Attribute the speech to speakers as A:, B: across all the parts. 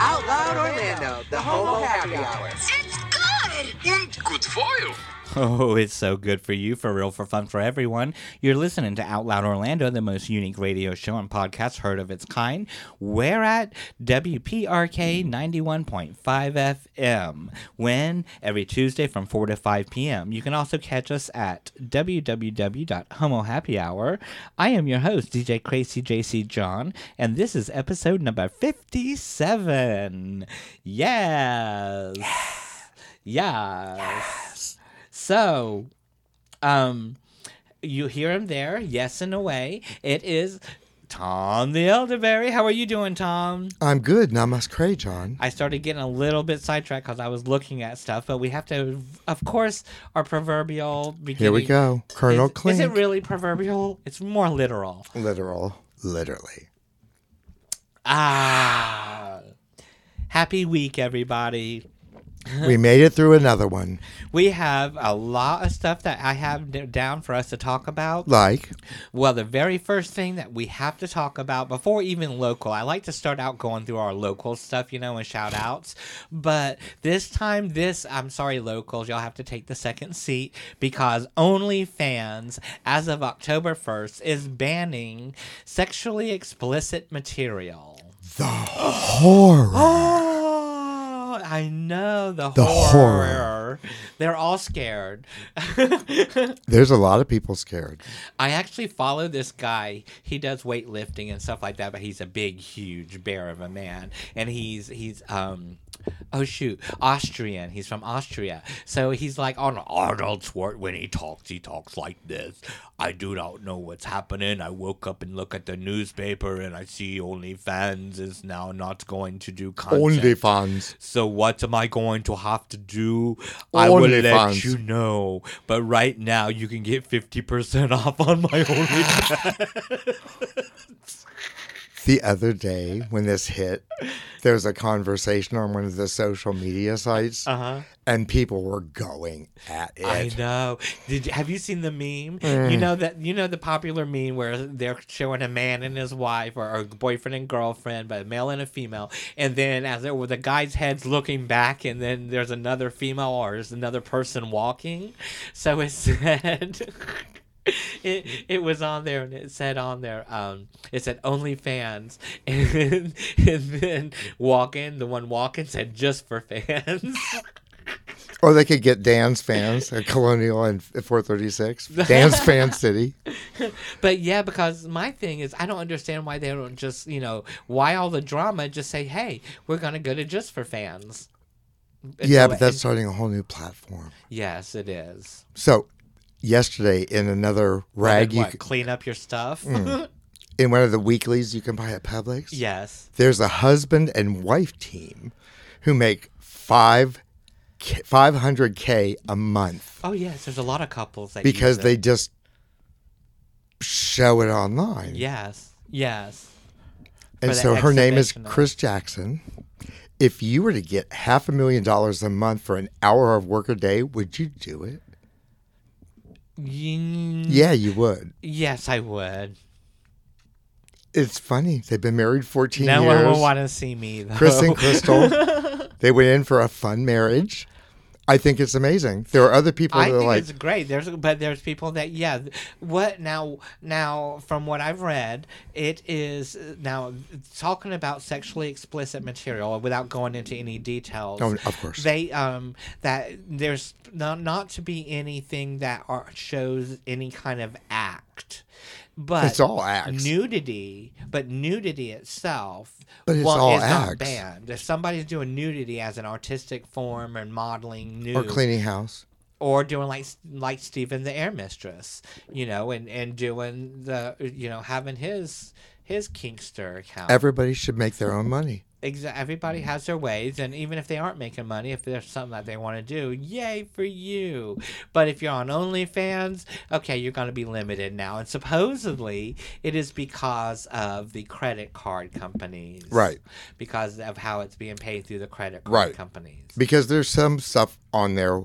A: Out Loud Orlando, the Homo Happy Hour.
B: It's good!
C: Und gut for you.
D: Oh, it's so good for you, for real, for fun, for everyone. You're listening to Out Loud Orlando, the most unique radio show and podcast heard of its kind. We're at WPRK 91.5 FM when every Tuesday from 4 to 5 p.m. You can also catch us at www.homohappyhour. I am your host, DJ Crazy JC John, and this is episode number 57. Yes. Yes. So, um, you hear him there, yes and away. It is Tom the Elderberry. How are you doing, Tom?
E: I'm good. Namaskar, John.
D: I started getting a little bit sidetracked because I was looking at stuff, but we have to, of course, our proverbial. Beginning.
E: Here we go. Colonel
D: Is, is
E: Clink.
D: it really proverbial? It's more literal.
E: Literal. Literally.
D: Ah. Happy week, everybody.
E: we made it through another one.
D: We have a lot of stuff that I have d- down for us to talk about.
E: Like,
D: Well, the very first thing that we have to talk about before even local, I like to start out going through our local stuff, you know, and shout outs. But this time, this, I'm sorry, locals, y'all have to take the second seat because OnlyFans, as of October 1st, is banning sexually explicit material.
E: the horror.
D: Oh, I know the,
E: The
D: horror.
E: horror.
D: They're all scared.
E: There's a lot of people scared.
D: I actually follow this guy. He does weightlifting and stuff like that, but he's a big, huge bear of a man, and he's he's um. Oh shoot, Austrian. He's from Austria, so he's like on Arnold Schwartz. When he talks, he talks like this. I do not know what's happening. I woke up and look at the newspaper, and I see OnlyFans is now not going to do content.
E: OnlyFans.
D: So what am I going to have to do? I will let
E: OnlyFans.
D: you know. But right now, you can get fifty percent off on my OnlyFans.
E: The other day when this hit, there was a conversation on one of the social media sites, and people were going at it.
D: Uh-huh. I know. Did you, have you seen the meme? You know that you know the popular meme where they're showing a man and his wife or, or boyfriend and girlfriend, but a male and a female, and then as it were, the guy's head's looking back, and then there's another female or there's another person walking. So it said. It, it was on there and it said on there um it said OnlyFans and, and then walk in the one walking said just for fans
E: Or they could get Dan's fans at Colonial and 436. Dan's Fan City.
D: But yeah, because my thing is, I don't understand why they don't just, you know, why all the drama? Just say, hey, we're gonna go to just for fans. And
E: Yeah,
D: go-
E: but that's
D: and-
E: starting a whole new platform.
D: yes, it is.
E: So, yesterday in another
D: Like,
E: rag, you
D: what,
E: c- Mm.
D: clean up your stuff.
E: in one of the weeklies you can buy at Publix.
D: yes,
E: there's a husband and wife team who make five five hundred k a month
D: oh yes, there's a lot of couples that use
E: because
D: it.
E: they just show it online.
D: Yes, yes.
E: and
D: for the
E: so her name is
D: exhibition of-
E: Chris Jackson. If you were to get half a million dollars a month for an hour of work a day, would you do it?
D: Yin-
E: Yeah, you would.
D: Yes, I would.
E: It's funny. They've been married 14
D: No
E: years.
D: one will want to see me though.
E: Chris and Crystal, they went in for a fun marriage. I think it's amazing. There are other people
D: I
E: that are
D: think
E: like,
D: it's great. There's but there's people that yeah. th- What now? Now from what I've read, it is uh, now talking about sexually explicit material without going into any details.
E: Oh, of course.
D: They um that there's not not to be anything that are, shows any kind of act, but
E: It's all acts.
D: Nudity, but nudity itself,
E: But it's
D: well,
E: all
D: is not
E: acts.
D: banned. If somebody's doing nudity as an artistic form and modeling nude
E: or cleaning house.
D: or doing like like Stephen the Air Mistress, you know, and and doing the you know having his his Kingster account.
E: Everybody should make their own money.
D: exa- everybody has their ways and even if they aren't making money if there's something that they want to do yay for you but if you're on onlyfans okay you're going to be limited now and supposedly it is because of the credit card companies
E: Right.
D: because of how it's being paid through the credit card
E: Right.
D: companies
E: because there's some stuff on there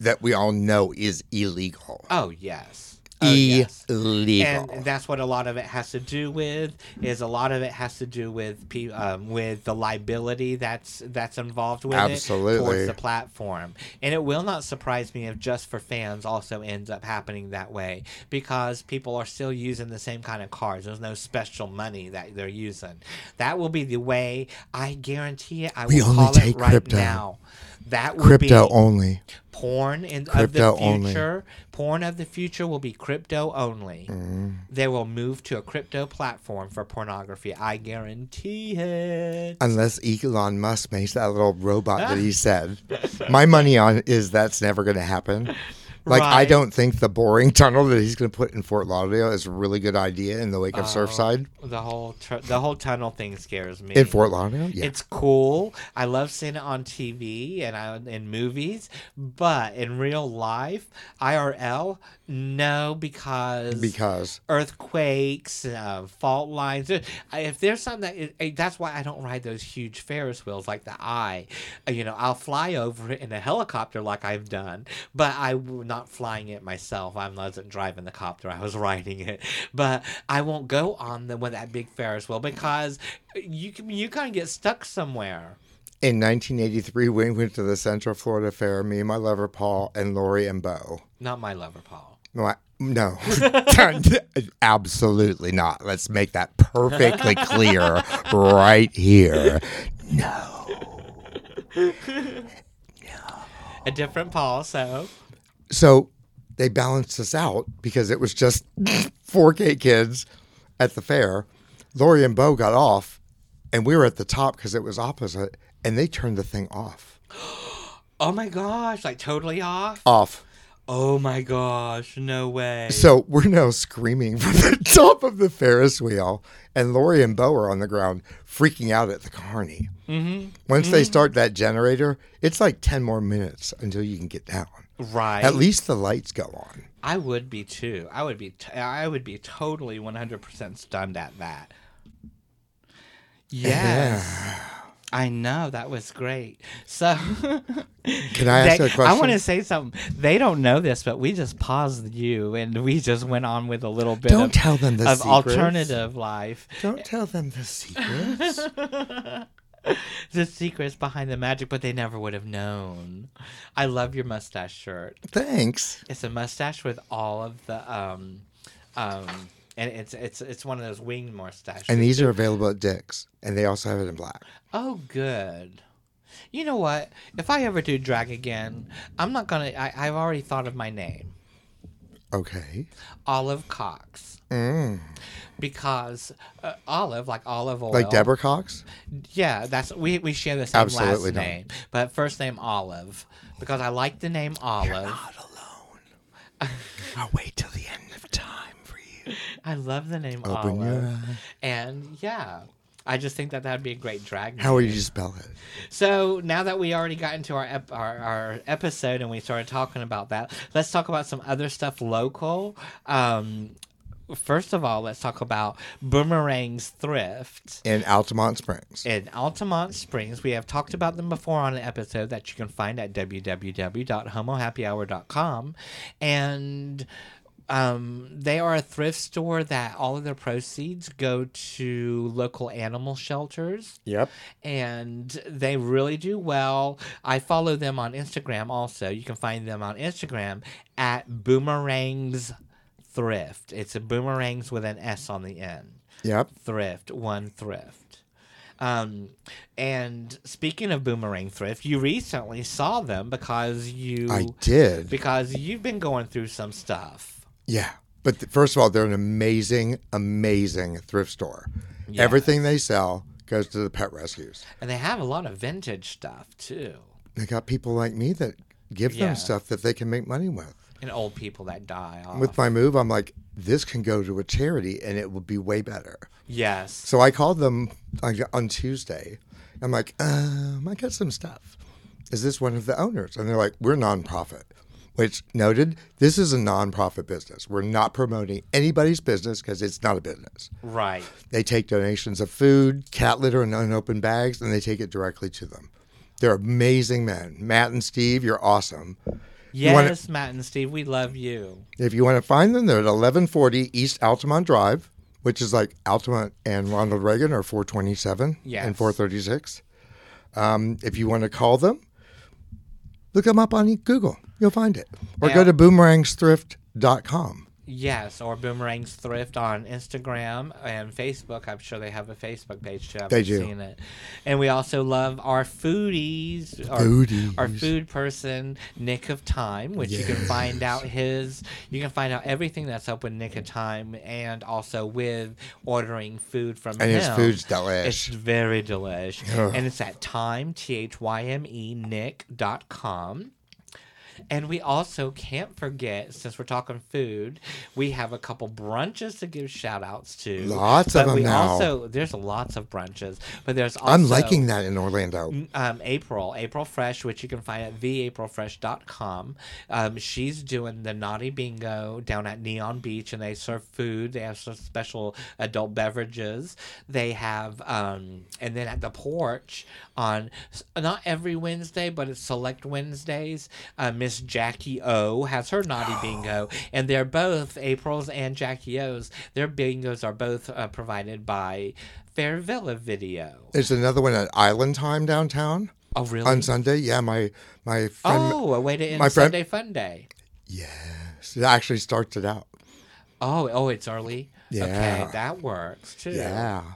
E: that we all know is illegal.
D: oh yes oh,
E: E
D: yes.
E: illegal.
D: and that's what a lot of it has to do with is a lot of it has to do with pe- um, with the liability that's that's involved with it
E: Absolutely.
D: towards the platform and it will not surprise me if just for fans also ends up happening that way because people are still using the same kind of cards there's no special money that they're using that will be the way i guarantee it i
E: We
D: will
E: only
D: call
E: take
D: it right
E: crypto.
D: now that will
E: Crypto
D: be
E: only.
D: porn in,
E: Crypto
D: of the
E: only.
D: future. Porn of the future will be crypto only.
E: Mm-hmm.
D: They will move to a crypto platform for pornography. I guarantee it.
E: Unless Elon Musk makes that little robot that he said. My money on is that's never going to happen. Like, I
D: Right.
E: don't think the boring tunnel that he's going to put in Fort Lauderdale is a really good idea in the wake of
D: Oh,
E: Surfside.
D: The whole tr- the whole tunnel thing scares me.
E: In Fort Lauderdale? Yeah.
D: It's cool. I love seeing it on TV and I, in movies, but in real life, IRL, no, because
E: because
D: earthquakes, uh, fault lines. There- I- If there's something that is, eh, that's why I don't ride those huge Ferris wheels like the eye. Uh, You know, I'll fly over it in a helicopter like I've done, but I'm not flying it myself. I wasn't driving the copter. I was riding it, but I won't go on the with that big Ferris wheel because you can you kind of get stuck somewhere.
E: in 1983, we went to the Central Florida Fair, me and my lover Paul and Lori and Bo.
D: Not my lover, Paul.
E: No, I- no, absolutely not. Let's make that perfectly clear right here.
D: A different Paul. So
E: So they balanced us out because it was just 4K kids at the fair. Lori and Bo got off, and we were at the top because it was opposite, and they turned the thing off.
D: oh my gosh, like totally off.
E: Off.
D: Oh my gosh, no way.
E: So we're now screaming from the top of the Ferris wheel, and Lori and Bo are on the ground freaking out at the carny. Mm-hmm. Once they start that generator, it's like 10 more minutes until you can get down.
D: right.
E: At least the lights go on.
D: I would be too. I would be. T- I would be totally one hundred percent stunned at that. Yes, I know that was great. So,
E: Can I
D: they-
E: ask you a question?
D: I want to say something. They don't know this, but we just paused you, and we just went on with a little bit.
E: Don't
D: of,
E: tell them the
D: of
E: secrets.
D: alternative life,
E: Don't tell them the secrets.
D: the secrets behind the magic, but they never would have known. I love your mustache shirt.
E: Thanks.
D: It's a mustache with all of the um, um, and it's it's it's one of those winged mustaches.
E: And these are available at Dick's, and they also have it in black.
D: Oh, good. You know what? If I ever do drag again, I'm not gonna. I, I've already thought of my name,
E: Okay. Mm.
D: Olive Cox, because uh, Olive, like olive oil,
E: Like Deborah Cox?
D: Yeah, that's we we share the same
E: Absolutely
D: last
E: not.
D: name, but first name Olive, because I like the name Olive.
E: alone. I'll wait till the end of time for you.
D: I love the name
E: Open your
D: Olive,
E: eyes.
D: and yeah. I just think that that'd be a great drag.
E: How
D: name.
E: would you spell it?
D: So now that we already got into our, ep- our our episode and we started talking about that, let's talk about some other stuff local. Um, first of all, let's talk about Boomerang's Thrift.
E: In Altamont Springs.
D: In Altamont Springs, we have talked about them before on an episode that you can find at www.homohappyhour.com. And um, they are a thrift store that all of their proceeds go to local animal shelters
E: Yep.
D: and they really do well. I follow them on Instagram also. You can find them on Instagram at Boomerangs Thrift. It's a Boomerangs with an S on the end.
E: Yep.
D: Thrift, one thrift. Um, and speaking of Boomerang Thrift, you recently saw them because you
E: I did.
D: because you've been going through some stuff.
E: Yeah. But th- first of all, they're an amazing, amazing thrift store. Everything they sell goes to the pet rescues.
D: And they have a lot of vintage stuff too.
E: They got people like me that give
D: Yeah.
E: them stuff that they can make money with.
D: and old people that die off.
E: With my move, I'm like, this can go to a charity and it would be way better.
D: yes.
E: So I called them on on Tuesday. I'm like, um, I got some stuff. Is this one of the owners? And they're like, we're nonprofit. Which noted, this is a nonprofit business. We're not promoting anybody's business because it's not a business.
D: Right.
E: They take donations of food, cat litter, and unopened bags, and they take it directly to them. They're amazing men. Matt and Steve, you're awesome.
D: Yes,
E: wanna-
D: Matt and Steve, we love you.
E: If you want to find them, they're at 1140 East Altamont Drive, which is like Altamont and Ronald Reagan are 427
D: Yes.
E: and 436. Um, if you want to call them, look them up on Google. You'll find it. Or
D: Yeah.
E: go to boomerangsthrift.com.
D: Yes, or Boomerang's Thrift on Instagram and Facebook. I'm sure they have a Facebook page too. I haven't
E: They do.
D: seen it. And we also love our foodies, our,
E: Foodies.
D: our food person Nick of Time, which you can find out his. You can find out everything that's up with Nick of Time, and also with ordering food from
E: And
D: him.
E: his food's
D: It's
E: delish.
D: very delish,
E: Ugh.
D: and it's at time t h y m e nick dot com. And we also can't forget, since we're talking food, we have a couple brunches to give shout outs to.
E: Lots of
D: But we
E: them now.
D: Also, there's lots of brunches, but there's also
E: I'm liking that in Orlando.
D: um, April, April Fresh, which you can find at theaprilfresh.com. Um, she's doing the Naughty Bingo down at Neon Beach, and they serve food. They have some special adult beverages. They have, um, and then at the porch on s- not every Wednesday, but it's select Wednesdays. Uh, Miss Jackie O has her Naughty Bingo, and they're both April's and Jackie O's. Their bingos are both uh, provided by Fair Villa Video.
E: There's another one at Island Time downtown
D: Oh, really?
E: on Sunday. Yeah, my my friend.
D: Oh, a way to end
E: my friend-
D: Sunday Fun Day.
E: Yes, it actually starts it out.
D: Oh, oh, it's early.
E: Yeah.
D: Okay, that works too.
E: Yeah. Um,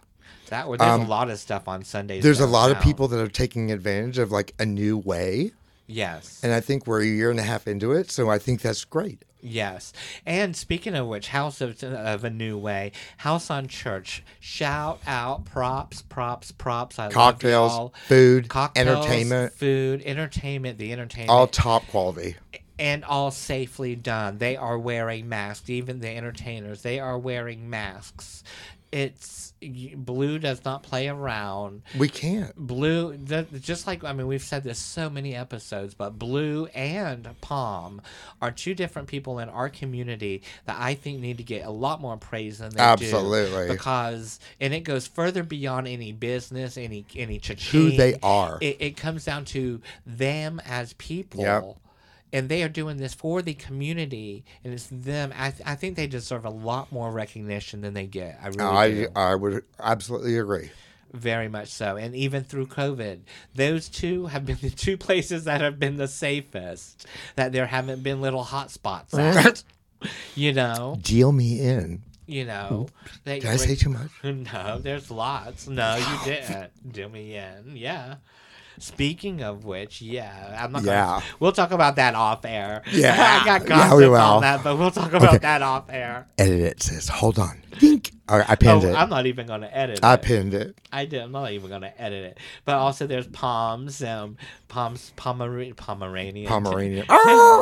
D: That works. There's a lot of stuff on Sundays.
E: There's a lot of
D: downtown.
E: people that are taking advantage of like a new way.
D: Yes.
E: And I think we're a year and a half into it, so I think that's great.
D: Yes. And speaking of which, House of, of a New Way, House on Church, shout out, props, props, props. I love
E: Cocktails,
D: y'all.
E: food,
D: Cocktails,
E: entertainment.
D: food, entertainment, the entertainment,
E: All top quality.
D: and all safely done. They are wearing masks, even the entertainers. They are wearing masks. It's y- blue does not play around.
E: We can't.
D: Blue, the, just like I mean, we've said this so many episodes, but Blue and Palm are two different people in our community that I think need to get a lot more praise than they
E: Absolutely.
D: do. because and it goes further beyond any business, any any cha-ching.
E: Who they are.
D: It, it comes down to them as people.
E: Yep.
D: And they are doing this for the community, and it's them. I, I think they deserve a lot more recognition than they get. I really do
E: Oh, I I would absolutely agree.
D: very much so and even through covid those two have been the two places that have been the safest that there haven't been little hot spots at you know
E: Deal me in.
D: you know that
E: Did I say too much?
D: no there's lots no you didn't do me in yeah speaking of which yeah i'm not
E: Yeah.
D: gonna we'll talk about that off air
E: Yeah.
D: i got
E: Yeah,
D: gossip
E: we will.
D: on that but we'll talk about that off air
E: Edit it, sis. Hold on. Dink. All right, I pinned
D: oh,
E: it.
D: i'm not even gonna edit
E: I
D: it.
E: pinned it.
D: I did. I'm not even gonna edit it. But also, there's palms, um, palms, Pomer- Pomeranian,
E: Pomeranian. Ah!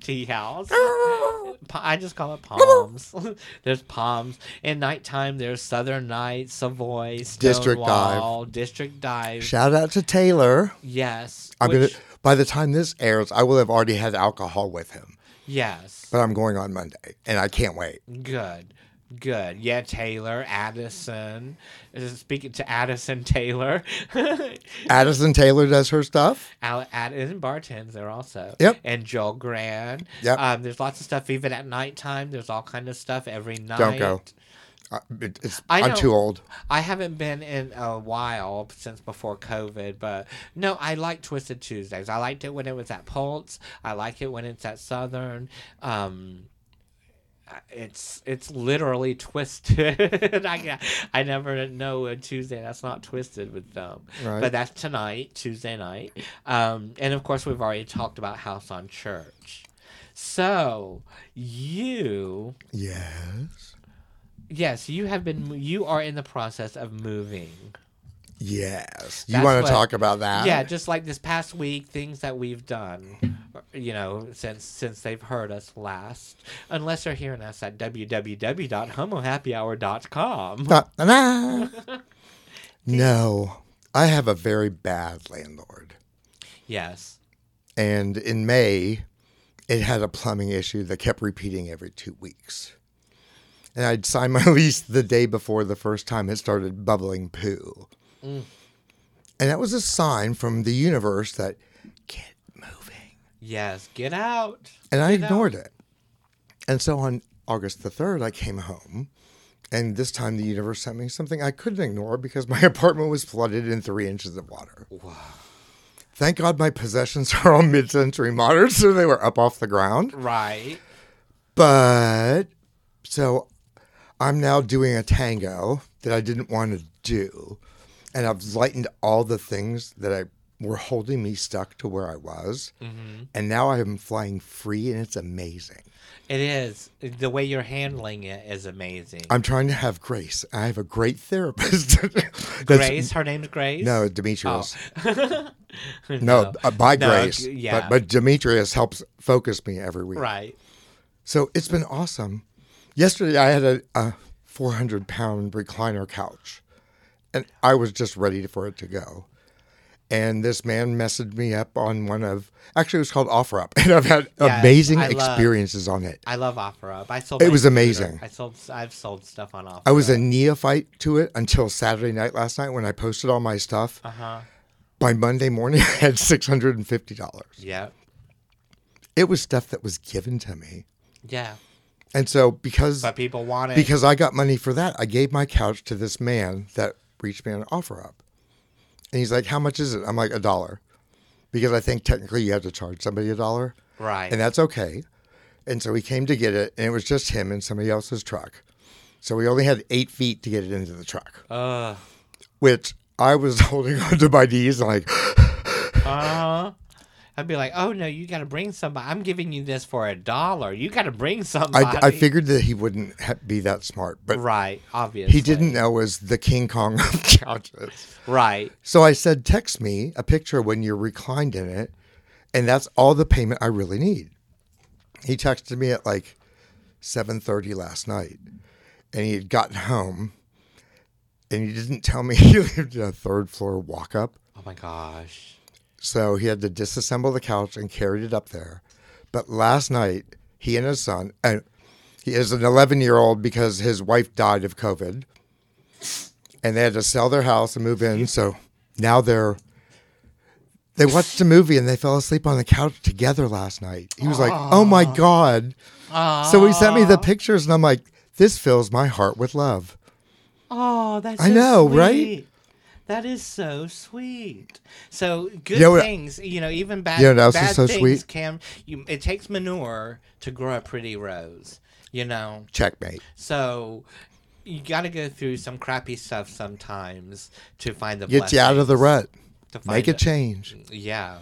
D: tea house. Pa- I just call it palms. there's palms. In nighttime, there's Southern Nights, Savoy,
E: District Dive.
D: Stonewall, District Dive.
E: Shout out to Taylor.
D: yes.
E: I'm
D: which-
E: gonna. By the time this airs, I will have already had alcohol with him.
D: Yes.
E: But I'm going on Monday, and I can't wait.
D: Good. Good. Yeah, Taylor, Addison. Is it Speaking to Addison Taylor.
E: Addison Taylor does her stuff.
D: Al at and bartends there also.
E: Yep.
D: And Joel Grand.
E: Yep.
D: Um, there's lots of stuff even at nighttime. There's all kind of stuff every night.
E: Don't go. I, Uh, it, it's,
D: I
E: I'm
D: know.
E: too old.
D: I haven't been in a while since before COVID, but no, I like Twisted Tuesdays. I liked it when it was at Pulse. I like it when it's at Southern. Um, it's it's literally twisted. I I never know a Tuesday that's not twisted with them.
E: Right.
D: But that's tonight, Tuesday night. Um, and of course, we've already talked about House on Church. So you
E: Yes.
D: Yes, you have been. You are in the process of moving.
E: Yes. You
D: That's
E: want
D: what-
E: to talk about that?
D: yeah, just like this past week, things that we've done. you know, since since they've heard us last, unless they're hearing us at www.homohappyhour.com.
E: Da-da-da. no, I have a very bad landlord.
D: Yes.
E: And in May, it had a plumbing issue that kept repeating every two weeks. And I'd signed my lease the day before the first time it started bubbling poo. And that was a sign from the universe that get moving.
D: Yes. Get out.
E: And I
D: Get out.
E: ignored it. And so on August the 3rd, I came home. And this time the universe sent me something I couldn't ignore because my apartment was flooded in three inches of water. Thank God my possessions are all mid century modern, so they were up off the ground.
D: Right.
E: But so I'm now doing a tango that I didn't want to do. And I've lightened all the things that I were holding me stuck to where I was.
D: Mm-hmm.
E: And now I am flying free and it's amazing.
D: It is. The way you're handling it is amazing.
E: I'm trying to have grace. I have a great therapist. That's-
D: Grace. Her name's Grace.
E: No, Demetrius. No,
D: No.
E: uh, by
D: No,
E: grace.
D: g- yeah.
E: But, but Demetrius helps focus me every week.
D: Right.
E: So it's been awesome. Yesterday, I had a, a 400 pound recliner couch, and I was just ready for it to go. And this man messaged me up on one of, actually, it was called Offer Up, and I've had
D: Yes,
E: amazing
D: I love-
E: experiences on it.
D: I love OfferUp. I sold.
E: It
D: my
E: was
D: computer.
E: amazing.
D: I sold. I've sold stuff on OfferUp.
E: I was a neophyte to it until Saturday night last night when I posted all my stuff.
D: Uh-huh.
E: By Monday morning, I had $650.
D: Yeah.
E: It was stuff that was given to me.
D: Yeah.
E: And so, because
D: But people want it.
E: because I got money for that. I gave my couch to this man that reached me an offer up. And he's like, How much is it? I'm like, A dollar. Because I think technically you have to charge somebody a dollar.
D: right.
E: And that's okay. And so he came to get it, and it was just him and somebody else's truck. So we only had eight feet to get it into the truck,
D: uh
E: which I was holding onto my knees and like,
D: huh. Uh-huh. I'd be like, oh no, you got to bring somebody. I'm giving you this for a dollar. You got to bring somebody.
E: I, I figured that he wouldn't ha- be that smart, but
D: Right. Obviously.
E: he didn't know it was the King Kong of couches.
D: Right.
E: So I said, text me a picture when you're reclined in it, and that's all the payment I really need. He texted me at like 7:30 last night, and he had gotten home, and he didn't tell me he lived in a third floor walk up.
D: Oh my gosh.
E: So he had to disassemble the couch and carried it up there. But last night, he and his son, and he is an 11 year old because his wife died of COVID, and they had to sell their house and move in. So now they're. They watched a movie and they fell asleep on the couch together last night. He was like, "Oh my god!" So he sent me the pictures, and I'm like, "This fills my heart with love."
D: Oh, that's
E: I
D: so
E: know, right?
D: sweet. That is so sweet. So good
E: You know what-
D: things, you know, even bad,
E: uh, You know what else is
D: bad
E: so
D: things
E: sweet?
D: can. You, it takes manure to grow a pretty rose, you know.
E: Checkmate.
D: So you got to go through some crappy stuff sometimes to find the
E: Get you out of the
D: blessings,
E: rut.
D: to find
E: Make a
D: it.
E: change.
D: Yeah.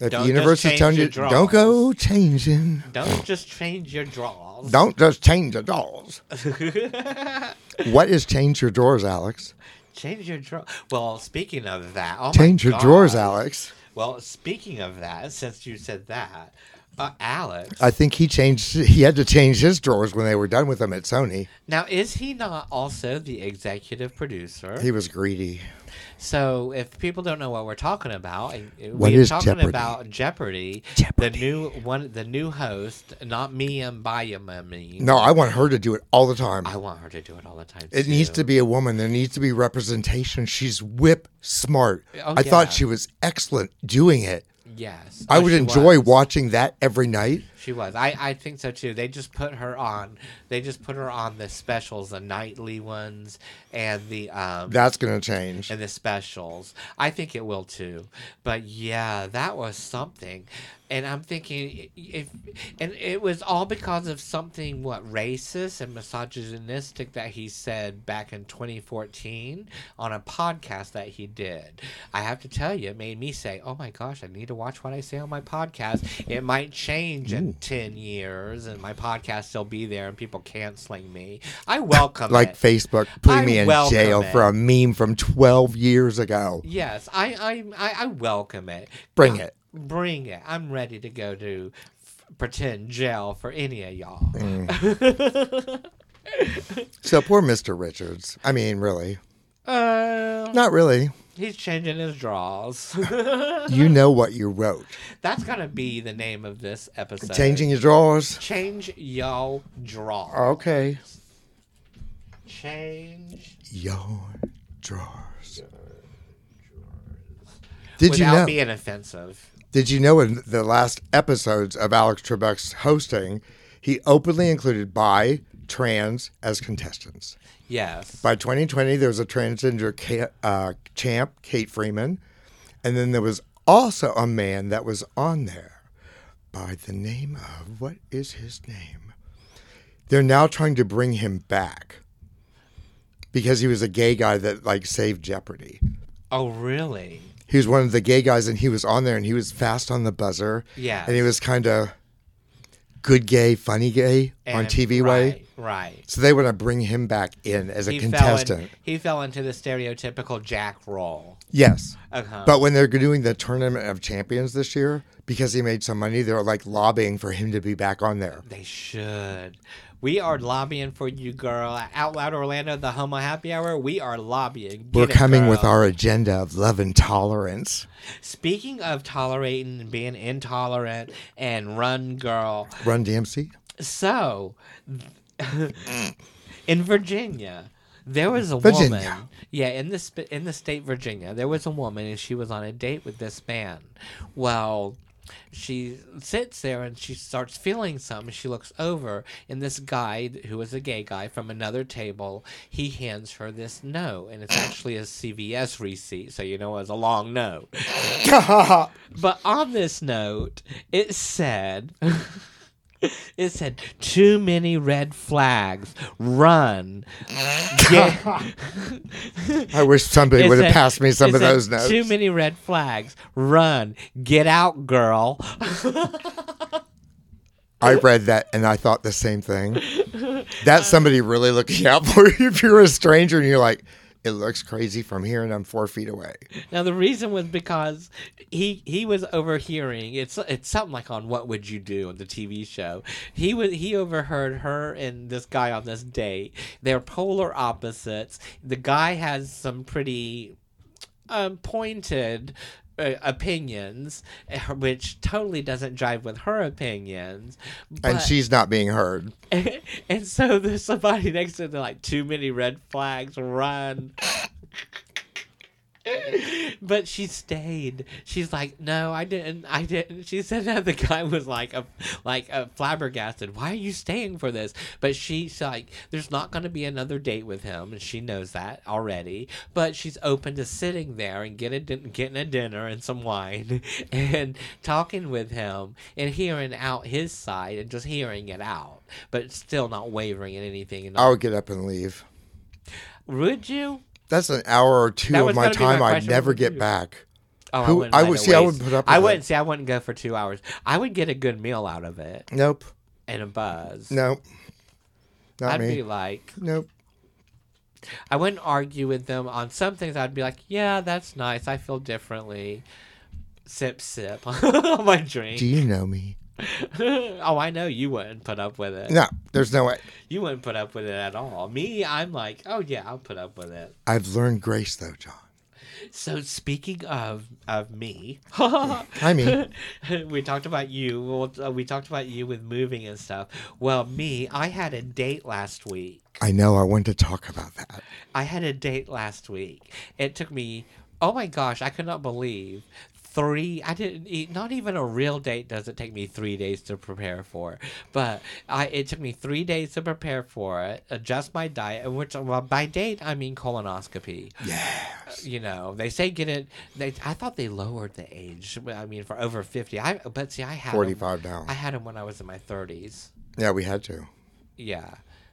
E: If
D: Don't just
E: the universe is
D: change
E: telling you,
D: your
E: don't go changing.
D: Don't just change your drawers.
E: Don't just change your drawers. what is change your drawers, Alex?
D: Change your drawer. Well, speaking of that, oh my
E: Change your drawers,
D: God.
E: Alex.
D: Well, speaking of that, since you said that, uh, Alex.
E: I think he changed. He had to change his drawers when they were done with them at Sony.
D: now, is he not also the executive producer?
E: He was greedy.
D: so, if people don't know what we're talking about, and- and
E: What
D: we're
E: is
D: talking
E: Jeopardy?
D: about Jeopardy, the new one, the new host, not me and Bayamami.
E: No, I want her to do it all the time.
D: I want her to do it all the time.
E: It needs
D: too.
E: to be a woman. There needs to be representation. She's whip smart.
D: Oh,
E: I
D: yeah.
E: thought she was excellent doing it.
D: Yes,
E: I
D: Oh,
E: would
D: she
E: enjoy
D: was.
E: watching that every night.
D: She was. I, I think so too. They just put her on. They just put her on the specials, the nightly ones, and the um
E: That's going to change.
D: and the specials. I think it will too. But yeah, that was something. And I'm thinking if and it was all because of something what racist and misogynistic that he said back in 2014 on a podcast that he did. I have to tell you, it made me say, "Oh my gosh, I need to watch what I say on my podcast. It might change in 10 years and my podcast still be there and people canceling me." I welcome
E: like
D: it.
E: Facebook putting
D: I
E: me in
D: welcome
E: jail
D: it.
E: for a meme from 12 years ago.
D: Yes, I I I, I welcome it.
E: Bring it.
D: Bring it. I'm ready to go to f- pretend jail for any of y'all.
E: So poor Mr. Richards. I mean, really.
D: Uh,
E: Not really.
D: he's changing his draws.
E: You know what you wrote.
D: That's gonna be the name of this episode.
E: Changing Oh. your drawers.
D: Change y'all draw.
E: Okay.
D: Change
E: Your drawers. Did you
D: without
E: know?
D: being offensive.
E: Did you know in the last episodes of Alex Trebek's hosting, he openly included bi, trans as contestants.
D: Yes.
E: By 2020, there was a transgender ca- uh, champ, Kate Freeman, and then there was also a man that was on there by the name of what is his name? They're now trying to bring him back because he was a gay guy that like saved Jeopardy.
D: oh really?
E: He was one of the gay guys, and he was on there, and he was fast on the buzzer.
D: Yes.
E: and he was kind of good gay, funny gay on
D: And-
E: TV way.
D: right, Right.
E: So they want to bring him back in as a
D: He
E: contestant.
D: fell in, he fell into the stereotypical Jack role.
E: Yes.
D: Uh-huh.
E: But when they're doing the tournament of champions this year, because he made some money, they're like lobbying for him to be back on there.
D: They should. We are lobbying for you, girl. Out Loud Orlando, the Homo Happy Hour. We are lobbying. Get
E: We're
D: it,
E: coming with
D: girl.
E: our agenda of love and tolerance.
D: Speaking of tolerating and being intolerant and run, girl.
E: Run DMC.
D: So, in Virginia, there was a
E: Virginia.
D: woman. Yeah, in the sp- in the state Virginia, there was a woman, and she was on a date with this man. Well, she sits there and she starts feeling something. She looks over, and this guy, who was a gay guy from another table, he hands her this no, and it's actually a CVS receipt, so you know it's a long no. But on this note, it said, it said, too many red flags. Run. Ga-
E: I wish somebody
D: It
E: would have
D: said-
E: passed me some
D: it
E: of
D: said,
E: those notes.
D: Too many red flags. Run. Get out, girl.
E: I read that and I thought the same thing. That's somebody really looking out for you if you're a stranger and you're like, it looks crazy from here and I'm four feet away.
D: Now the reason was because he he was overhearing. It's it's something like on What Would You Do on the TV show. He was he overheard her and this guy on this date. They're polar opposites. The guy has some pretty um, pointed uh, opinions, eh, which totally doesn't jive with her opinions. But,
E: And she's not being heard.
D: and so there's somebody next to them like too many red flags run but she stayed she's like no i didn't i didn't she said that the guy was like a like a flabbergasted why are you staying for this but she's like there's not going to be another date with him and she knows that already but she's open to sitting there and get a din- getting a dinner and some wine and talking with him and hearing out his side and just hearing it out but still not wavering in anything and
E: I
D: all.
E: would get up and leave.
D: would you
E: That's an hour or two
D: That
E: of
D: was
E: my
D: gonna be
E: time
D: my
E: I'd
D: question.
E: never get back.
D: Oh,
E: Who- I
D: mind
E: would-
D: a
E: see, I
D: waste.
E: would put up
D: I
E: with
D: wouldn't see. I wouldn't go for two hours. I would get a good meal out of it
E: Nope.
D: and a buzz.
E: Nope. Not
D: I'd
E: me.
D: be like,
E: nope.
D: I wouldn't argue with them on some things. I'd be like, yeah, that's nice. I feel differently. Sip, sip on my
E: Do
D: drink.
E: you know me?
D: oh, I know you wouldn't put up with it.
E: No, there's no way.
D: You wouldn't put up with it at all. Me, I'm like, oh yeah, I'll put up with it.
E: I've learned grace though, John.
D: So speaking of of me,
E: I mean,
D: we talked about you. Well, uh, we talked about you with moving and stuff. Well, me, I had a date last week.
E: I know I wanted to talk about that.
D: I had a date last week. It took me, oh my gosh, I could not believe three. I didn't eat, not even a real date does it take me three days to prepare for. But I, it took me three days to prepare for it, adjust my diet, and which well, by date, I mean colonoscopy. Yes. You know, they say get it. They, I thought they lowered the age. I mean, for over 50. I, but see, I had 'em-
E: 45 now.
D: I had them when I was in my 30s.
E: Yeah, we had to.
D: Yeah.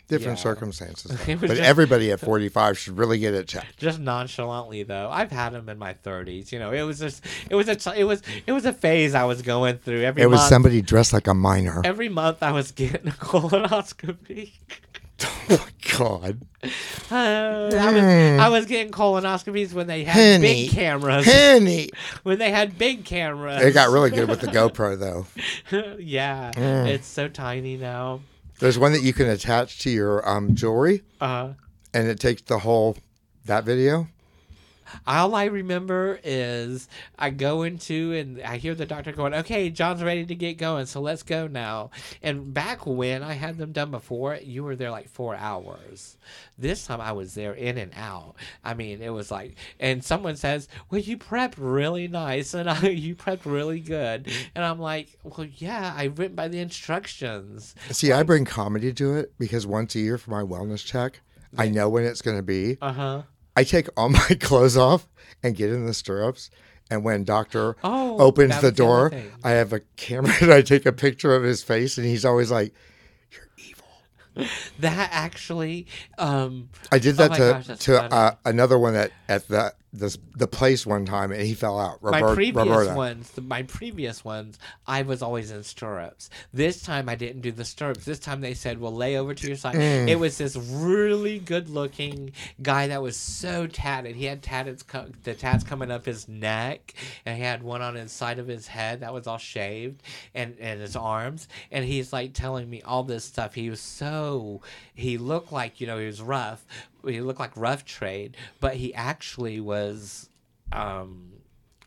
E: Different
D: Yeah.
E: circumstances. though.
D: It was
E: But
D: just-
E: everybody at 45 should really get it checked.
D: just nonchalantly though i've had them in my 30s you know it was just it was a ch- it was it was a phase i was going through every
E: It was
D: month
E: somebody dressed like a minor.
D: every month i was getting a colonoscopy
E: Oh, God.
D: Uh, I, was, I was getting colonoscopies when they had
E: Penny.
D: big cameras.
E: Penny.
D: When they had big cameras.
E: It got really good with the GoPro, though.
D: yeah. It's so tiny now.
E: There's one that you can attach to your um, jewelry,
D: Uh,
E: and it takes the whole that video.
D: all I remember is I go into and I hear the doctor going, "Okay, John's ready to get going, so let's go now." And back when I had them done before, you were there like four hours. This time I was there in and out. I mean, it was like, and someone says, "Well, you prepped really nice, and I, you prepped really good," and I'm like, "Well, yeah, I went by the instructions."
E: See, I bring comedy to it because once a year for my wellness check, I know when it's going to be.
D: Uh huh.
E: I take all my clothes off and get in the stirrups. And when doctor
D: Oh,
E: opens
D: that
E: the
D: was the other
E: door,
D: thing.
E: I have a camera and I take a picture of his face, and he's always like,
D: That actually, um,
E: I did
D: Oh
E: that
D: my
E: to
D: gosh, that's
E: to
D: funny.
E: uh, another one at at the this the place one time, and he fell out.
D: my
E: Robert-
D: previous
E: Roberta.
D: ones, my previous ones, I was always in stirrups. This time I didn't do the stirrups. This time they said, "Well, lay over to your side."
E: Mm.
D: It was this really good-looking guy that was so tatted. He had tatted co- the tats coming up his neck, and he had one on his side of his head that was all shaved, and and his arms. And he's like telling me all this stuff. He was so he looked like you know he was rough. He looked like rough trade, but he actually was. Um,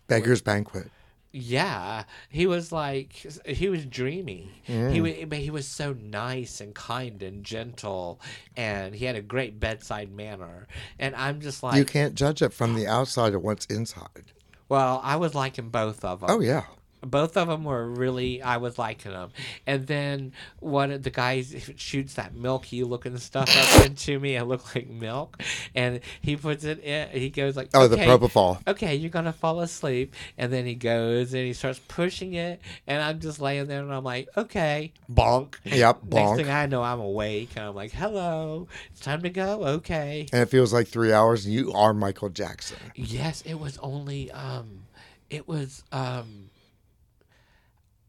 E: Beggar's Banquet.
D: yeah, he was like he was dreamy. He was, but he was so nice and kind and gentle, and he had a great bedside manner. And I'm just like,
E: you can't judge it from the outside of what's inside.
D: well, I was liking both of them.
E: Oh yeah,
D: both of them were really I was liking them. And then one of the guys shoots that milky looking stuff up into me. It looked like milk, and he puts it in. He goes like,
E: Oh, the
D: "Okay,
E: propofol.
D: Okay, you're gonna fall asleep. And then he goes and he starts pushing it, and I'm just laying there and I'm like, okay, bonk.
E: Yep, bonk.
D: Next thing I know, I'm awake and I'm like, hello, it's time to go. Okay.
E: and it feels like three hours, and you are Michael Jackson.
D: Yes, it was only um it was um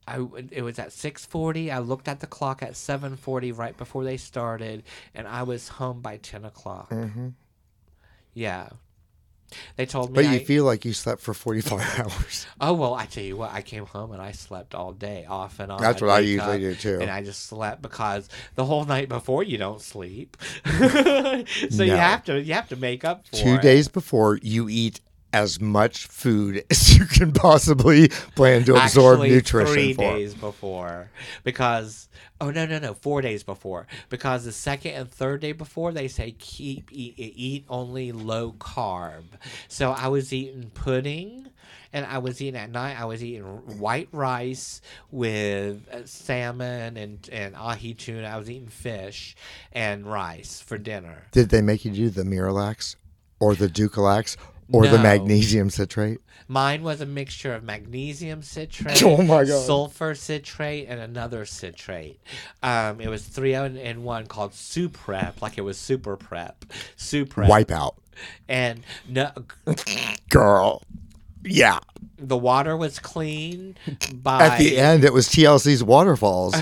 D: I w- it was at 6:40. I looked at the clock at 7:40 right before they started and I was home by 10 o'clock.
E: Mm-hmm.
D: Yeah. They told me
E: But you
D: I,
E: feel like you slept for forty five hours.
D: Oh well, I tell you what, I came home and I slept all day, off and on.
E: That's
D: I'd
E: what I
D: wake
E: usually
D: up
E: do, too.
D: And I just slept because the whole night before you don't sleep, so you
E: No.
D: have to you have to make up for
E: Two
D: it.
E: days before, you eat as much food as you can possibly plan to absorb
D: Actually,
E: nutrition
D: three
E: for.
D: days before because oh no no no four days before because the second and third day before they say keep eat, eat only low carb so i was eating pudding and i was eating at night i was eating white rice with uh, salmon and, and ahi tuna i was eating fish and rice for dinner
E: Did they make you do the Miralax or the Ducalax or the
D: No.
E: magnesium citrate?
D: Mine was a mixture of magnesium citrate,
E: Oh my God.
D: sulfur citrate, and another citrate. Um, it was three in, in one called Suprep, like it was super prep, Suprep.
E: Wipe out.
D: And no,
E: Girl. Yeah.
D: the water was clean by
E: At the end, it was TLC's Waterfalls.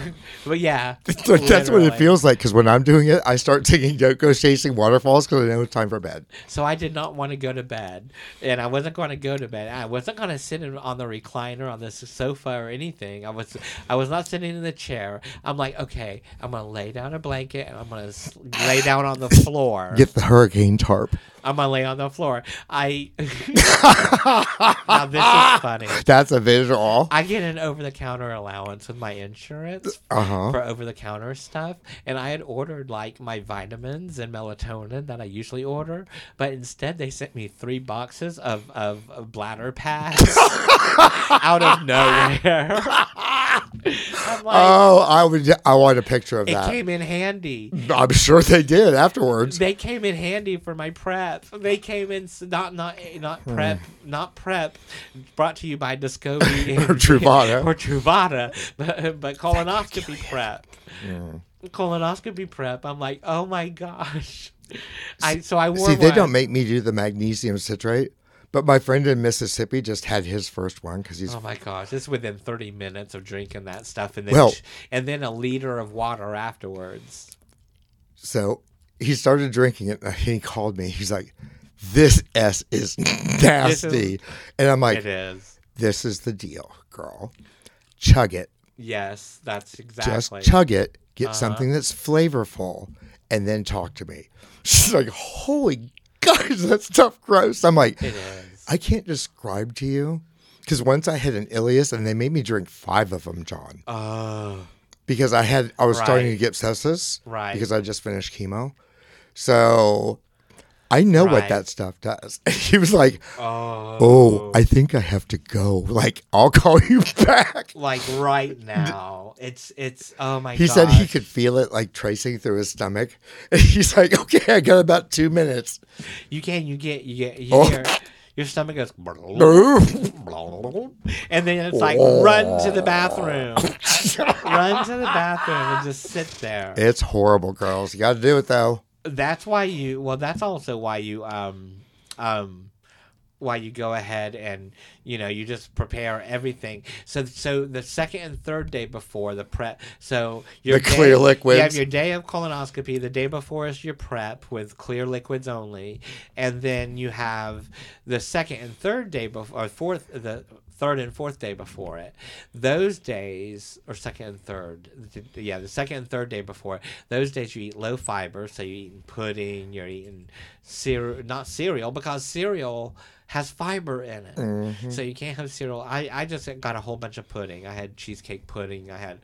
D: Well, yeah,
E: But That's what it
D: literally.
E: feels like because when I'm doing it, I start singing Yoko's Chasing Waterfalls because I know it's time for bed.
D: So I did not want to go to bed, and I wasn't going to go to bed. I wasn't going to sit in, on the recliner on this sofa or anything. I was I was not sitting in the chair. I'm like, okay, I'm going to lay down a blanket and I'm going to lay down on the floor.
E: Get the hurricane tarp.
D: I'm going to lay on the floor. I now this is funny.
E: That's a visual.
D: I get an over the counter allowance with my insurance
E: Uh-huh.
D: for over the counter stuff. And I had ordered like my vitamins and melatonin that I usually order, but instead they sent me three boxes of, of, of bladder pads out of nowhere. I'm like,
E: Oh, I would. I want a picture of
D: it
E: that.
D: came in handy.
E: I'm sure they did afterwards.
D: They came in handy for my prep. They came in s- not not eh, not
E: Hmm.
D: prep, not prep. Brought to you by Discovery
E: Or Truvada.
D: or Truvada, but, but colonoscopy prep. Colonoscopy prep. I'm like, oh my gosh. I so I wore.
E: See, they
D: one.
E: don't make me do the magnesium citrate, but my friend in Mississippi just had his first one because he's
D: Oh my gosh! It's within thirty minutes of drinking that stuff, and then
E: Well-
D: and then a liter of water afterwards.
E: So he started drinking it and he called me. He's like, This S is nasty. and I'm
D: It
E: like,
D: is.
E: This is the deal, girl. Chug it.
D: Yes, that's
E: Just
D: exactly.
E: chug it. Get
D: Uh-huh.
E: something that's flavorful and then talk to me. She's like, Holy gosh, that stuff gross. I'm like,
D: it is.
E: I can't describe to you. Because once I had an ileus and they made me drink five of them, John,
D: Oh,
E: because I had I was starting
D: Right.
E: to get sepsis,
D: Right.
E: Because I just finished chemo, so I know what
D: Right.
E: that stuff does. he was like,
D: oh,
E: "Oh, I think I have to go. Like, I'll call you back."
D: like right now. It's it's. Oh my god.
E: He said he could feel it like tracing through his stomach. And he's like, "Okay, I got about two minutes."
D: You can. You get. You get. You
E: Oh.
D: hear, your stomach goes.
E: Oof.
D: And then it's like
E: Oh.
D: run to the bathroom. run to the bathroom and just sit there.
E: it's horrible, girls. You got to do it though.
D: that's why you well that's also why you um um why you go ahead and you know you just prepare everything so so the second and third day before the prep so your
E: The clear
D: you
E: liquids.
D: have your day of colonoscopy the day before is your prep with clear liquids only and then you have the second and third day before or fourth the third and fourth day before it those days or second and third th- th- yeah the second and third day before it, those days you eat low fiber so you're eating pudding you're eating cereal not cereal because cereal has fiber in it so you can't have cereal I, I just got a whole bunch of pudding i had cheesecake pudding i had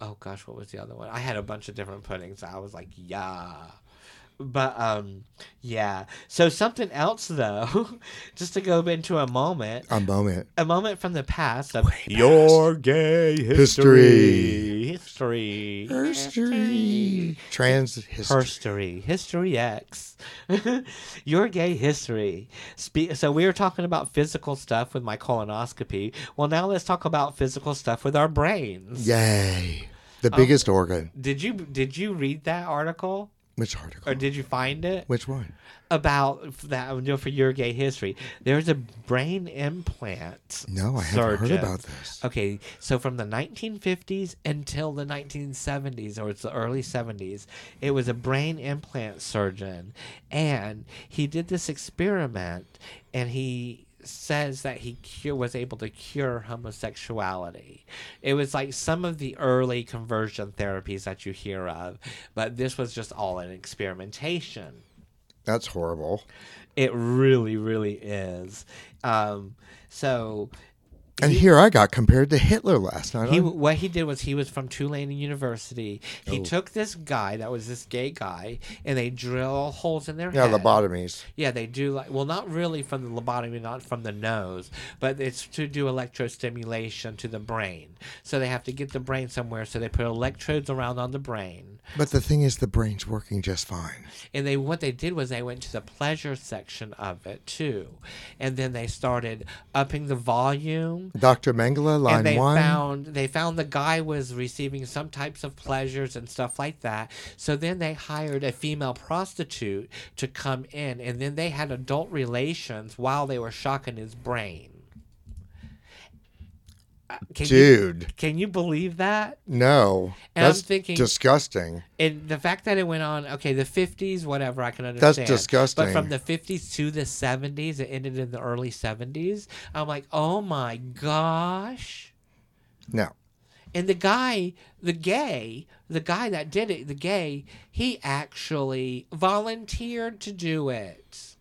D: oh gosh, what was the other one? I had a bunch of different puddings. I was like, yeah. But um yeah. So something else though, just to go into a moment.
E: A moment.
D: A moment from the past of
E: Your
D: gay
E: history.
D: History.
E: History. Trans history.
D: History, history X, your gay history. Spe- so we were talking about physical stuff with my colonoscopy. Well, now let's talk about physical stuff with our brains.
E: Yay. The
D: Um,
E: biggest organ.
D: Did you did you read that article?
E: Which article?
D: or did you find it
E: Which one?
D: about f- that you know, for your gay history there's a brain implant
E: No, I haven't heard
D: surgeon.
E: about this.
D: okay so from the 1950s until the 1970s or it's the early 70s it was a brain implant surgeon and he did this experiment and he says that he cure, was able to cure homosexuality. It was like some of the early conversion therapies that you hear of, but this was just all an experimentation.
E: That's horrible.
D: It really, really is. Um, so
E: And here I got compared to Hitler last night.
D: he
E: on-
D: what he did was he was from Tulane University. He took this guy that was this gay guy, and they drill holes in their
E: yeah,
D: head.
E: lobotomies.
D: Yeah, they do like well, not really from the lobotomy, not from the nose, but it's to do electrostimulation to the brain. So they have to get the brain somewhere. So they put electrodes around on the brain,
E: But the thing is, the brain's working just fine.
D: and they what they did was they went to the pleasure section of it too, and then they started upping the volume
E: Dr. Mengele, line
D: and they
E: one.
D: found they found the guy was receiving some types of pleasures and stuff like that. So then they hired a female prostitute to come in, and then they had adult relations while they were shocking his brain. Uh, Can You,
E: Dude,
D: can you believe that?
E: no.
D: And I'm
E: That's
D: thinking-
E: disgusting.
D: And the fact that it went on, okay, the 50s, whatever, I can understand.
E: That's disgusting.
D: But from the 50s to the 70s, it ended in the early 70s. I'm like, oh my gosh.
E: No.
D: And the guy, the gay, the guy that did it, the gay, he actually volunteered to do it.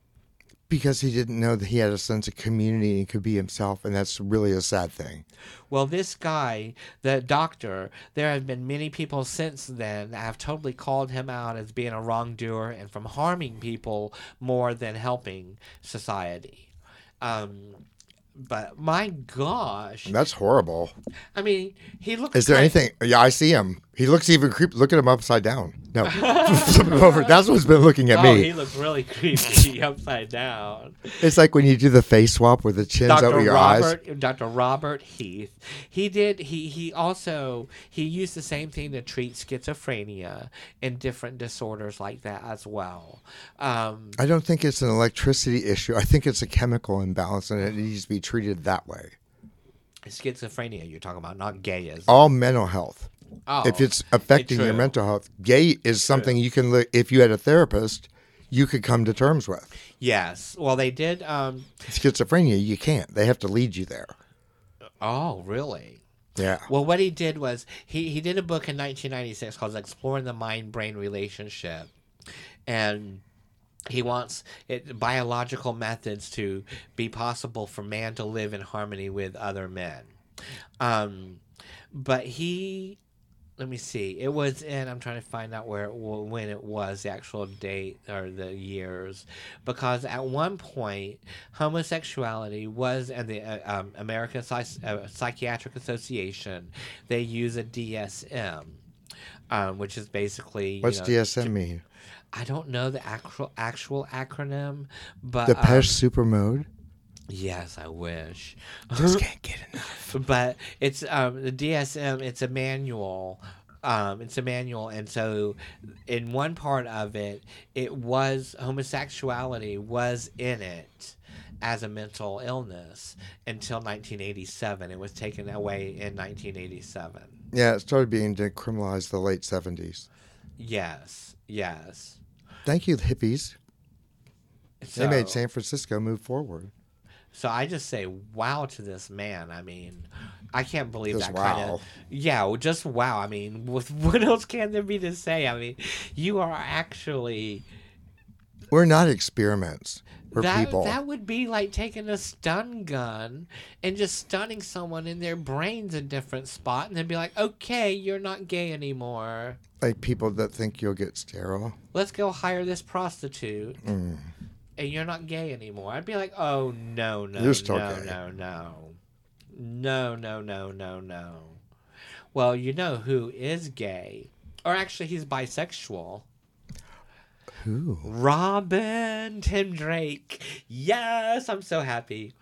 E: Because he didn't know that he had a sense of community and could be himself, and that's really a sad thing.
D: Well, this guy, the doctor, there have been many people since then that have totally called him out as being a wrongdoer and from harming people more than helping society. Um, but my gosh,
E: That's horrible.
D: I mean, he looked.
E: Is there
D: kind-
E: anything? Yeah, I see him. He looks even creepy. Look at him upside down. No, flip him over. That's what's been looking at
D: Oh,
E: me.
D: he looked really creepy upside down.
E: It's like when you do the face swap where the chin's over your eyes.
D: Robert, Dr. Robert Heath. He did. He he also he used the same thing to treat schizophrenia and different disorders like that as well. Um,
E: I don't think it's an electricity issue. I think it's a chemical imbalance and it needs to be treated that way.
D: schizophrenia, you're talking about, not gayism.
E: All mental health.
D: Oh,
E: if it's affecting your
D: true.
E: mental health. Gay is something you can, li- if you had a therapist, you could come to terms with.
D: yes. Well, they did. Um,
E: Schizophrenia, you can't. They have to lead you there.
D: oh, really?
E: Yeah.
D: Well, what he did was he, he did a book in 1996 called Exploring the Mind Brain Relationship. And he wants it, biological methods to be possible for man to live in harmony with other men. Um, but he, let me see, it was in, I'm trying to find out where, it wa- when it was, the actual date or the years, because at one point, homosexuality was, and the uh, um, American Psy- uh, Psychiatric Association, they use a DSM. Um, which is basically you
E: What's
D: know,
E: DSM mean?
D: I don't know the actual actual acronym, but
E: The
D: um,
E: Pesh Super Mode?
D: yes, I wish.
E: Just can't get enough.
D: but it's um, the DSM. It's a manual. Um, it's a manual, and so in one part of it, it was homosexuality was in it as a mental illness until 1987. It was taken away in 1987.
E: Yeah, it started being decriminalized the late 70s.
D: Yes, yes.
E: Thank you, hippies.
D: So,
E: they made San Francisco move forward.
D: So I just say wow to this man. I mean, I can't believe
E: Just
D: that kind
E: wow.
D: of yeah, well, just wow. I mean, with, what else can there be to say? I mean, you are actually
E: We're not experiments. We're
D: that
E: people.
D: that would be like taking a stun gun and just stunning someone in their brains a different spot, and then be like, okay, you're not gay anymore.
E: like people that think you'll get sterile.
D: Let's go hire this prostitute.
E: Mm.
D: And you're not gay anymore. I'd be like, oh no, no,
E: You're still
D: no,
E: gay.
D: no, no, no, no, no, no, no. Well, you know who is gay, or actually, he's bisexual.
E: Ooh.
D: Robin Tim Drake. Yes, I'm so happy.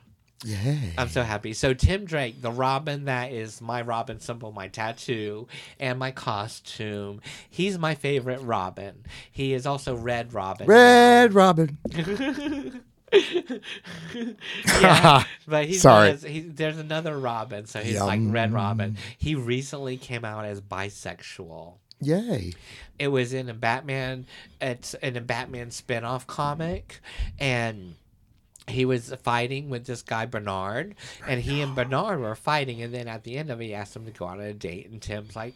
E: Yay.
D: I'm so happy. So Tim Drake, the Robin that is my Robin symbol, my tattoo, and my costume. He's my favorite Robin. He is also Red Robin. now.
E: Red Robin.
D: yeah, but he's
E: Sorry.
D: not as- he, there's another Robin, so he's like Red Robin. He recently came out as bisexual.
E: Yay.
D: It was in a Batman, it's in a Batman spinoff comic, and he was fighting with this guy Bernard, and he and Bernard were fighting, and then at the end of it, he asked him to go on a date, and Tim's like.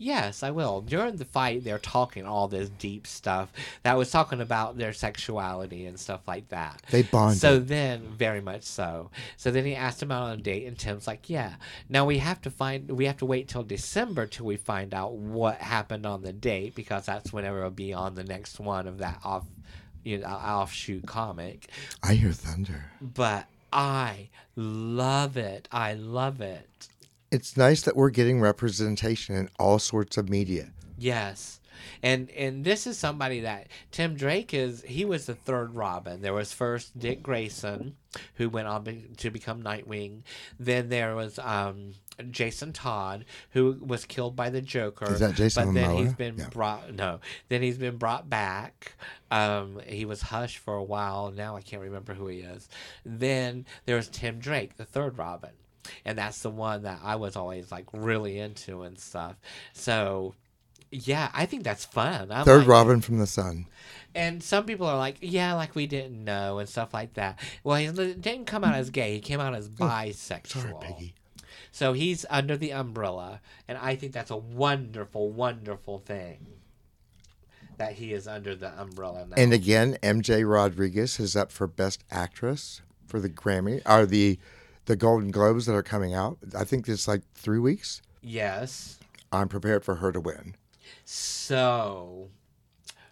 D: Yes, I will. During the fight, they're talking all this deep stuff that was talking about their sexuality and stuff like that.
E: They bonded.
D: So then, very much so. So then he asked him out on a date, and Tim's like, "Yeah. Now we have to find. We have to wait till December till we find out what happened on the date because that's whenever it'll be on the next one of that off, you know, offshoot comic."
E: I hear thunder.
D: But I love it. I love it.
E: It's nice that we're getting representation in all sorts of media.
D: Yes. And and this is somebody that Tim Drake is he was the third Robin. There was first Dick Grayson who went on be, to become Nightwing. Then there was um Jason Todd who was killed by the Joker.
E: Is that Jason
D: but then he's
E: Momoa?
D: been
E: Yeah.
D: brought no. Then he's been brought back. Um he was Hush for a while. Now I can't remember who he is. Then there was Tim Drake, the third Robin. And that's the one that I was always like really into and stuff. So yeah, I think that's fun. I'm
E: Third
D: like-
E: Robin from the Sun.
D: And some people are like, yeah, like we didn't know and stuff like that. Well, he li- didn't come out as gay. He came out as bisexual.
E: Oh, Sorry, Peggy.
D: So he's under the umbrella, and I think that's a wonderful, wonderful thing that he is under the umbrella now.
E: And again, MJ Rodriguez is up for Best Actress for the Grammy or the the Golden Globes that are coming out. I think it's like three weeks.
D: yes.
E: I'm prepared for her to win.
D: So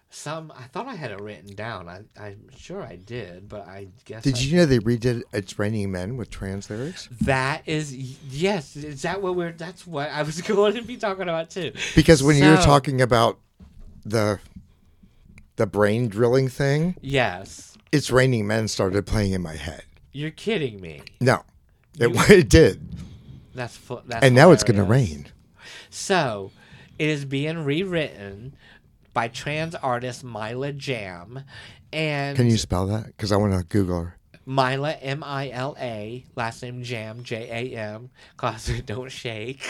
D: some I thought I had it written down. I, I'm sure I did, but I guess I
E: Did you know they redid "It's Raining Men" with trans lyrics?
D: That is yes. Is that what we're? That's what I was going to be talking about too.
E: Because when you were
D: So-
E: talking about the the brain drilling thing,
D: yes,
E: "It's Raining Men" started playing in my head.
D: you're kidding me.
E: No, it,
D: You-
E: it did,
D: That's fu- that's.
E: and now it's going to
D: hilarious.
E: rain.
D: So, it is being rewritten by trans artist Mila Jam, and
E: Can you spell that? Because I want to Google her.
D: Mila M I L A last name Jam J A M cause it don't shake.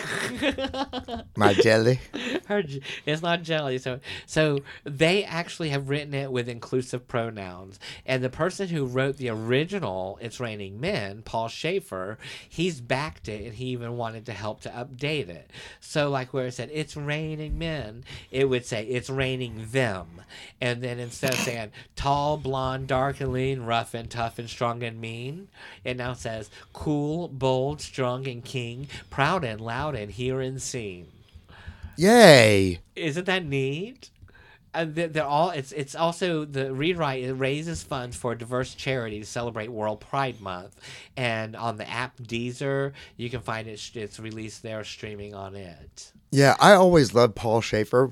E: My jelly.
D: Her, j- it's not jelly. So, so they actually have written it with inclusive pronouns. And the person who wrote the original "It's Raining Men," Paul Schaefer, he's backed it, and he even wanted to help to update it. So, like where it said "It's raining men," it would say "It's raining them," and then instead of saying "tall, blonde, dark and lean, rough and tough and strong and mean," it now says "cool, bold, strong and king, proud and loud and here and seen."
E: Yay.
D: isn't that neat? And they're, they're all. It's it's also the rewrite. It raises funds for diverse charities to celebrate World Pride Month, and on the app Deezer, you can find it. It's released there, streaming on it.
E: Yeah, I always loved Paul Schaefer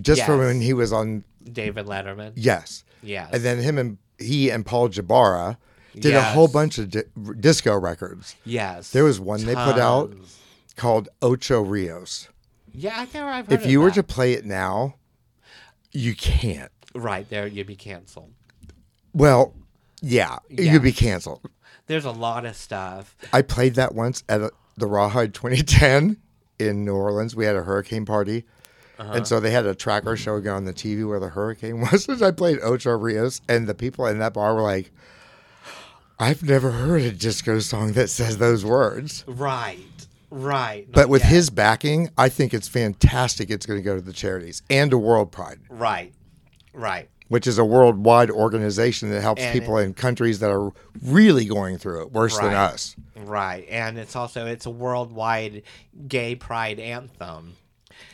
E: just from
D: Yes.
E: when he was on
D: David Letterman.
E: Yes.
D: Yes.
E: And then him and he and Paul Jabara did a
D: Yes.
E: whole bunch of di- disco records
D: yes.
E: there was one they put out.
D: Tons.
E: called Ocho Rios.
D: Yeah, I can't. I've heard
E: If you were to
D: that.
E: play it now, you can't.
D: right there, you'd be canceled.
E: Well, yeah,
D: Yeah.
E: you'd be canceled.
D: There's a lot of stuff.
E: I played that once at a, the Rawhide 2010 in New Orleans. We had a hurricane party.
D: Uh-huh.
E: And so they had a tracker showing on the TV where the hurricane was. And I played Ocho Rios, and the people in that bar were like, I've never heard a disco song that says those words.
D: Right. Right.
E: But
D: Not
E: with
D: yet.
E: his backing, I think it's fantastic. It's going to go to the charities and to World Pride,
D: right, right.
E: which is a worldwide organization that helps
D: And
E: people in countries that are really going through it worse than
D: Right.
E: us.
D: Right, and it's also it's a worldwide gay pride anthem.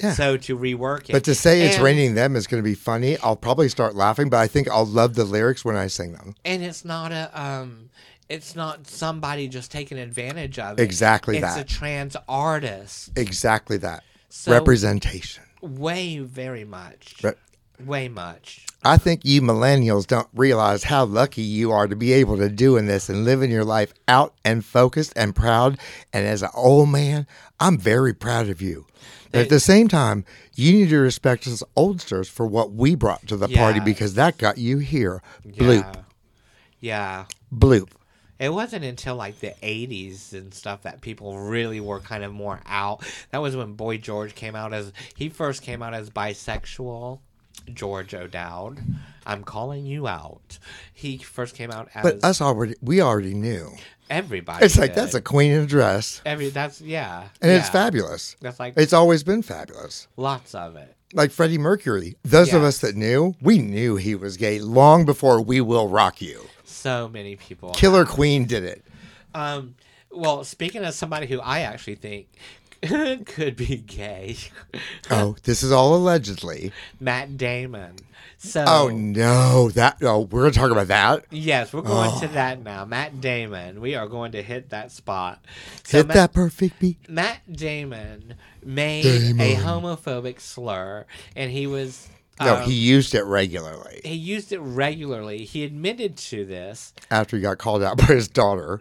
E: Yeah.
D: So to rework it,
E: But to say it's
D: and,
E: raining them is going to be funny. I'll probably start laughing, but I think I'll love the lyrics when I sing them.
D: and it's not a um, it's not somebody just taking advantage of it.
E: Exactly
D: it's
E: that. E-
D: a trans artist.
E: Exactly that.
D: So-
E: Representation.
D: Way very much,
E: But
D: way much.
E: I think you millennials don't realize how lucky you are to be able to doing this and living your life out and focused and proud. And as an old man, I'm very proud of you. But at the same time, you need to respect us oldsters for what we brought to the party
D: Yeah.
E: because that got you here.
D: Yeah,
E: Bloop,
D: yeah.
E: bloop.
D: It wasn't until like the 80s and stuff that people really were kind of more out. That was when Boy George came out as he first came out as bisexual. George O'Dowd, I'm calling you out. He first came out as
E: But us already, we already knew.
D: everybody.
E: It's like
D: did.
E: that's a queen in a dress.
D: every that's yeah,
E: And it's
D: yeah.
E: fabulous.
D: That's like
E: It's always been fabulous.
D: lots of it.
E: Like Freddie Mercury, those of
D: Yeah.
E: us that knew, we knew he was gay long before We Will Rock You.
D: So many people.
E: Killer Queen did it.
D: Um, well, speaking of somebody who I actually think could be gay,
E: Oh, this is all allegedly.
D: Matt Damon. So
E: Oh no, that no, we're gonna talk about that.
D: Yes, we're going to that now. Matt Damon. We are going to hit that spot. So
E: Hit
D: Ma-
E: that perfect beat.
D: Matt Damon made a
E: Damon.
D: homophobic slur, and he was.
E: No,
D: um,
E: he used it regularly
D: He used it regularly. He admitted to this
E: after he got called out by his daughter.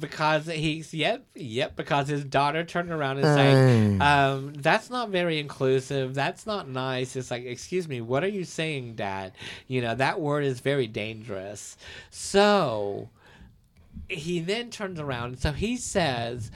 D: because he's yep, yep. Because his daughter turned around and saying, um, "That's not very inclusive. That's not nice." It's like, excuse me, what are you saying, Dad? You know that word is very dangerous. So he then turns around. So he says,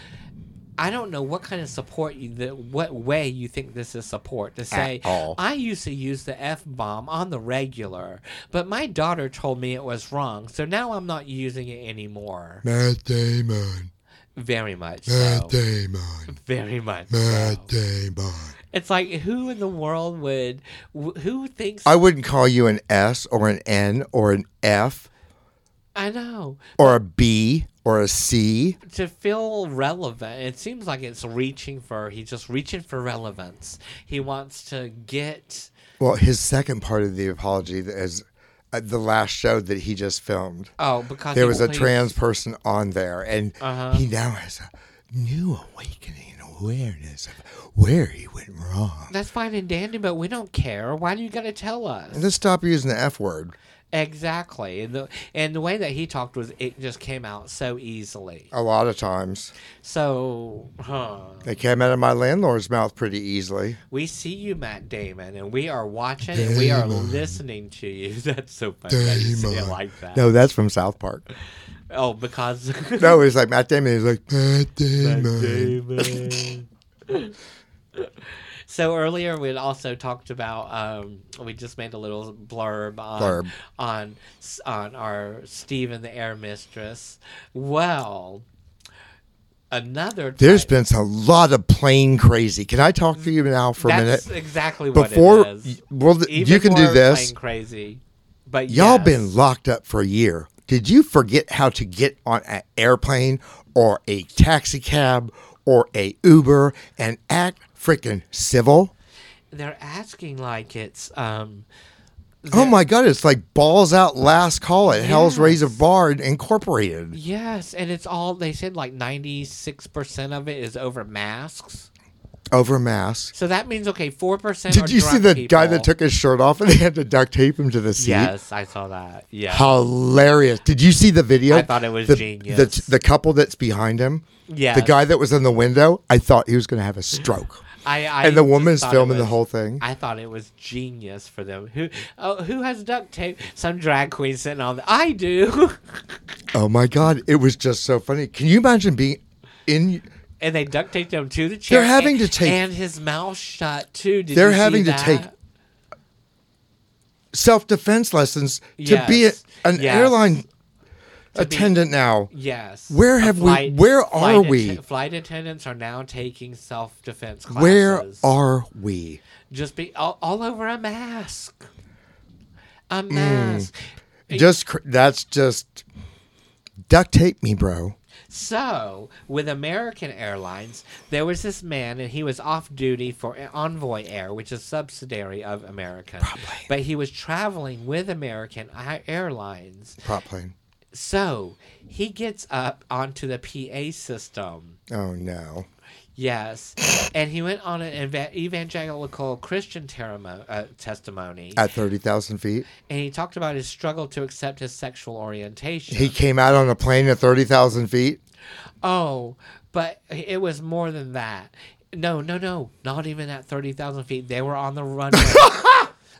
D: I don't know what kind of support you, the, what way you think this is support to say.
E: all.
D: I used to use the f bomb on the regular, but my daughter told me it was wrong, so now I'm not using it anymore.
E: Matt Damon.
D: Very much
E: Matt
D: so.
E: Damon.
D: Very much. So.
E: Matt Damon.
D: It's like who in the world would wh- who thinks
E: I wouldn't call you an S or an N or an F
D: I know
E: or a B or a C.
D: to feel relevant. It seems like it's reaching for he's just reaching for relevance. He wants to get
E: Well, his second part of the apology that is uh, the last show that he just filmed.
D: oh because
E: There
D: he
E: was a
D: believes-
E: trans person on there, and
D: Uh-huh.
E: he now has a new awakening and awareness of where he went wrong.
D: That's fine and dandy, but we don't care. Why do you gotta tell us?
E: Let's stop using the F word.
D: Exactly. And the, and the way that he talked was it just came out so easily.
E: A lot of times,
D: So, huh.
E: it came out of my landlord's mouth pretty easily.
D: We see you, Matt Damon, and we are watching and we are listening to you. That's so funny. that you say it
E: Damon.
D: like that.
E: No, that's from South Park.
D: Oh, because
E: No, he's like Matt Damon. He's like Matt Damon.
D: so earlier we had also talked about um, we just made a little blurb on
E: Blurb.
D: on on our Steve and the Air Mistress. Well, another
E: There's
D: type-
E: been a lot of plane crazy. Can I talk to you now for a
D: that's
E: minute?
D: exactly what
E: Before
D: it
E: y-
D: is.
E: well, th-
D: Even
E: you can do
D: more
E: this.
D: plain Crazy, but
E: Y'all
D: yes.
E: been locked up for a year. Did you forget how to get on an airplane or a taxi cab or a Uber and act freaking civil?
D: They're asking like it's um.
E: Oh my God! It's like balls out last call at Hell's Razor Bar Incorporated.
D: Yes, and it's all they said like 96% of it is over masks.
E: Over masks.
D: So that means okay, 4% are
E: Did you see
D: drunk
E: the guy that
D: people.
E: took his shirt off and they had to duct tape him to the seat?
D: Yes, I saw that. Yeah.
E: Hilarious. Did you see the video?
D: I thought it was
E: the,
D: genius.
E: The, the couple that's behind him,
D: yeah.
E: the guy that was in the window, I thought he was going to have a stroke.
D: I, I
E: and the
D: just
E: woman's
D: thought it
E: filming the
D: was-
E: whole thing.
D: I thought it was genius for them. Who oh, who has duct tape? Some drag queen sitting on the I do.
E: oh my God. It was just so funny. Can you imagine being in.
D: and they duct taped him to the chair.
E: having
D: and-
E: to take-
D: and his mouth shut too. Did
E: They're
D: you see
E: having to take
D: that?
E: self defense lessons to be a,
D: Yes.
E: an
D: Yes.
E: airline
D: To be-
E: attendant now.
D: Yes.
E: Where
D: A
E: have we- where are
D: flight
E: we?
D: flight attendants are now taking self defense classes.
E: Where are we?
D: just be all, all over a mask? A
E: Mm.
D: mask.
E: Just cr- that's just duct tape me, bro.
D: So, with American Airlines, there was this man, and he was off duty for Envoy Air, which is subsidiary of American. But he was traveling with American I- Airlines.
E: Prop plane.
D: So, he gets up onto the PA system.
E: Oh no.
D: Yes, and he went on an eva- evangelical Christian terimo- uh, testimony,
E: At thirty thousand feet,
D: and he talked about his struggle to accept his sexual orientation.
E: he came out on a plane at thirty thousand feet.
D: oh, but it was more than that. No, no, no, not even at thirty thousand feet. They were on the runway.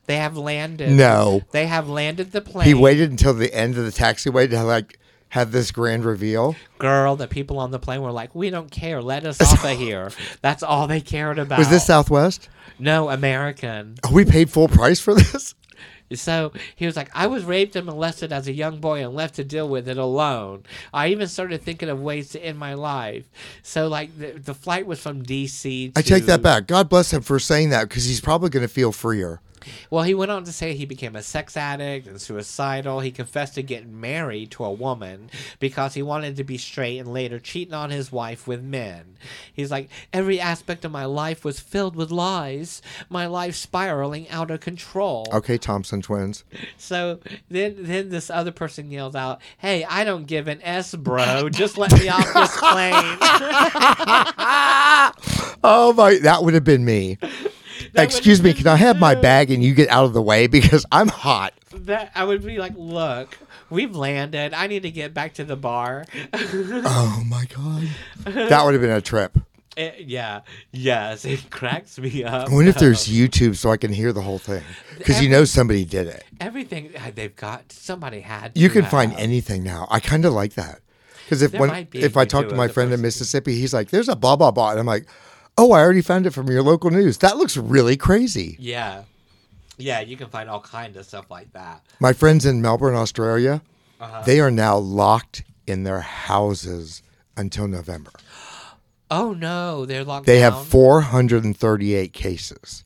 D: they have landed.
E: No.
D: they have landed the plane.
E: He waited until the end of the taxiway to like have this grand reveal.
D: Girl, the people on the plane were like, "We don't care. Let us off of here." That's all they cared about.
E: Was this Southwest?
D: no American?
E: Oh, we paid full price for this.
D: So he was like, I was raped and molested as a young boy and left to deal with it alone. I even started thinking of ways to end my life. So, like, the, the flight was from D.C. To,
E: I take that back. God bless him for saying that because he's probably going to feel freer.
D: Well, he went on to say he became a sex addict and suicidal. He confessed to getting married to a woman because he wanted to be straight and later cheating on his wife with men. He's like, every aspect of my life was filled with lies, my life spiraling out of control.
E: Okay, Thompson twins.
D: So then, then this other person yells out, "Hey, I don't give an s, bro. Just let me off this plane."
E: Oh my, that would have been me. Excuse me, can I have my bag and you get out of the way because I'm hot.
D: that I would be like, "Look, we've landed. I need to get back to the bar."
E: Oh my god, that would have been a trip.
D: Eh, yeah, yes, it cracks me up.
E: I wonder if there's YouTube so I can hear the whole thing because you know somebody did it.
D: everything uh, they've got. Somebody had.
E: You
D: to
E: can
D: have.
E: find anything now. I kind of like that because if
D: There
E: when
D: might be
E: if I
D: if you
E: talk to
D: do it
E: my
D: the
E: friend in
D: first-
E: Mississippi, he's like, "There's a blah blah blah," and I'm like, "Oh, I already found it from your local news. That looks really crazy."
D: Yeah, yeah, you can find all kind of stuff like that.
E: My friends in Melbourne, Australia,
D: Uh-huh.
E: they are now locked in their houses until November.
D: Oh no, they're locked.
E: They
D: down,
E: have 438 cases,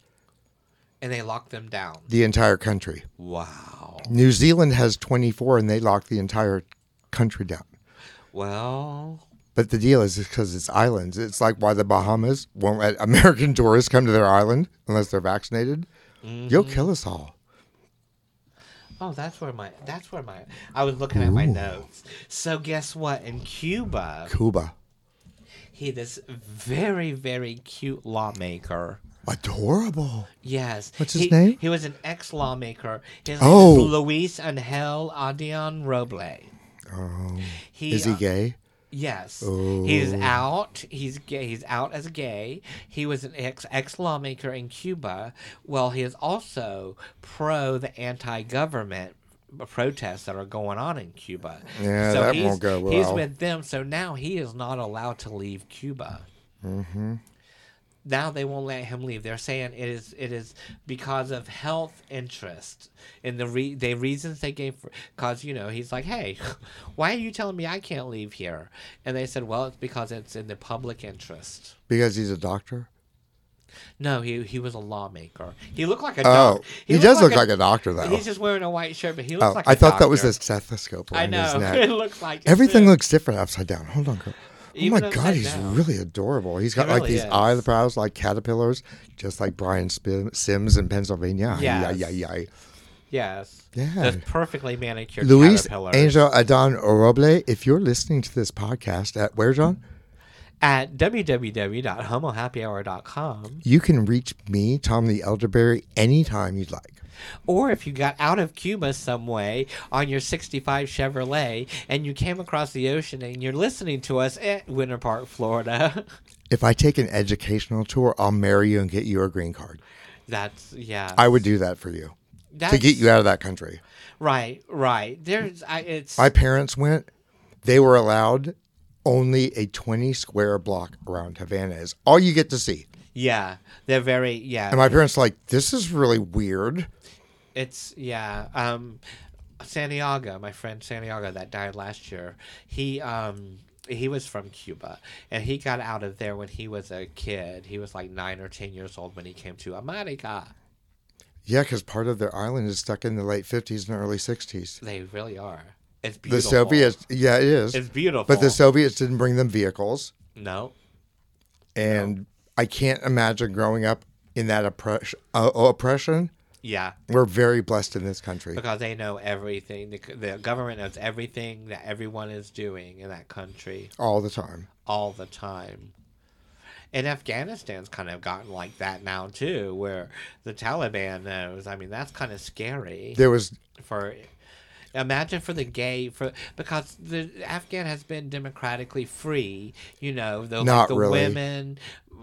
D: and they lock them down.
E: the entire country.
D: Wow.
E: New Zealand has 24 and they locked the entire country down.
D: Well,
E: But the deal is because it's islands. It's like why the Bahamas won't let American tourists come to their island unless they're vaccinated. You'll kill us all.
D: Oh, that's where my that's where my I was looking at my notes. So guess what? In Cuba,
E: Cuba.
D: he this very very cute lawmaker.
E: Adorable.
D: Yes.
E: What's his
D: he,
E: name?
D: He was an ex lawmaker. His
E: Oh.
D: name is Luis Angel Adion Roble. Oh.
E: Is he gay? Oh.
D: Yes. He's out. He's gay. He's out as gay. He was an ex ex lawmaker in Cuba. Well, he is also pro the anti government protests that are going on in Cuba.
E: Yeah,
D: so
E: that
D: he's,
E: won't go
D: He's
E: well.
D: with them, so now he is not allowed to leave Cuba.
E: Mm-hmm.
D: Now they won't let him leave. They're saying it is it is because of health interest and the re- the reasons they gave for because you know he's like, hey, why are you telling me I can't leave here? And they said, well, it's because it's in the public interest.
E: because he's a doctor.
D: No, he he was a lawmaker. He looked like a
E: Oh,
D: doc-
E: he,
D: looked
E: does look like a doctor though.
D: He's just wearing a white shirt, but he looks
E: oh,
D: like.
E: I
D: a
E: thought that was
D: doctor.
E: his stethoscope
D: I
E: around his
D: know.
E: neck.
D: It looks like it,
E: Everything
D: too.
E: looks different upside down. Hold on. Girl. Oh
D: Even
E: my
D: upside
E: God, he's
D: down.
E: really adorable. He's got like
D: really
E: these
D: is.
E: eyebrows like caterpillars, just like Brian Spim- Sims in Pennsylvania. Yeah,
D: Yes.
E: yeah, yeah.
D: Yes.
E: Yeah.
D: Those perfectly manicured
E: Luis
D: caterpillars.
E: Angel Adon Oroble, if you're listening to this podcast at where, John?
D: At www.homohappyhour.com.
E: You can reach me, Tom the Elderberry, anytime you'd like.
D: Or if you got out of Cuba some way on your 65 Chevrolet and you came across the ocean and you're listening to us at Winter Park, Florida.
E: If I take an educational tour, I'll marry you and get you a green card.
D: That's, yeah.
E: I would do that for you
D: That's,
E: to get you out of that country.
D: Right, right. There's, I, it's,
E: My parents went, they were allowed only a 20 square block around Havana is all you get to see.
D: yeah. They're very, yeah.
E: And my parents were like, this is really weird.
D: It's yeah. Um, Santiago, my friend Santiago that died last year. He um he was from Cuba and he got out of there when he was a kid. He was like nine or ten years old when he came to America.
E: Yeah, because part of their island is stuck in the late 50s and early 60s.
D: They really are. It's
E: The
D: beautiful.
E: Soviets, yeah, it is.
D: It's beautiful.
E: But the Soviets didn't bring them vehicles.
D: no.
E: And I can't imagine growing up in that oppression. Uh, oppression.
D: Yeah,
E: We're very blessed in this country.
D: because they know everything. The, the government knows everything that everyone is doing in that country.
E: all the time.
D: all the time. And Afghanistan's kind of gotten like that now too, where the Taliban knows. I mean, that's kind of scary
E: There was
D: for. Imagine for the gay for because the Afghan has been democratically free, you know, the, like
E: Not
D: the
E: really.
D: women,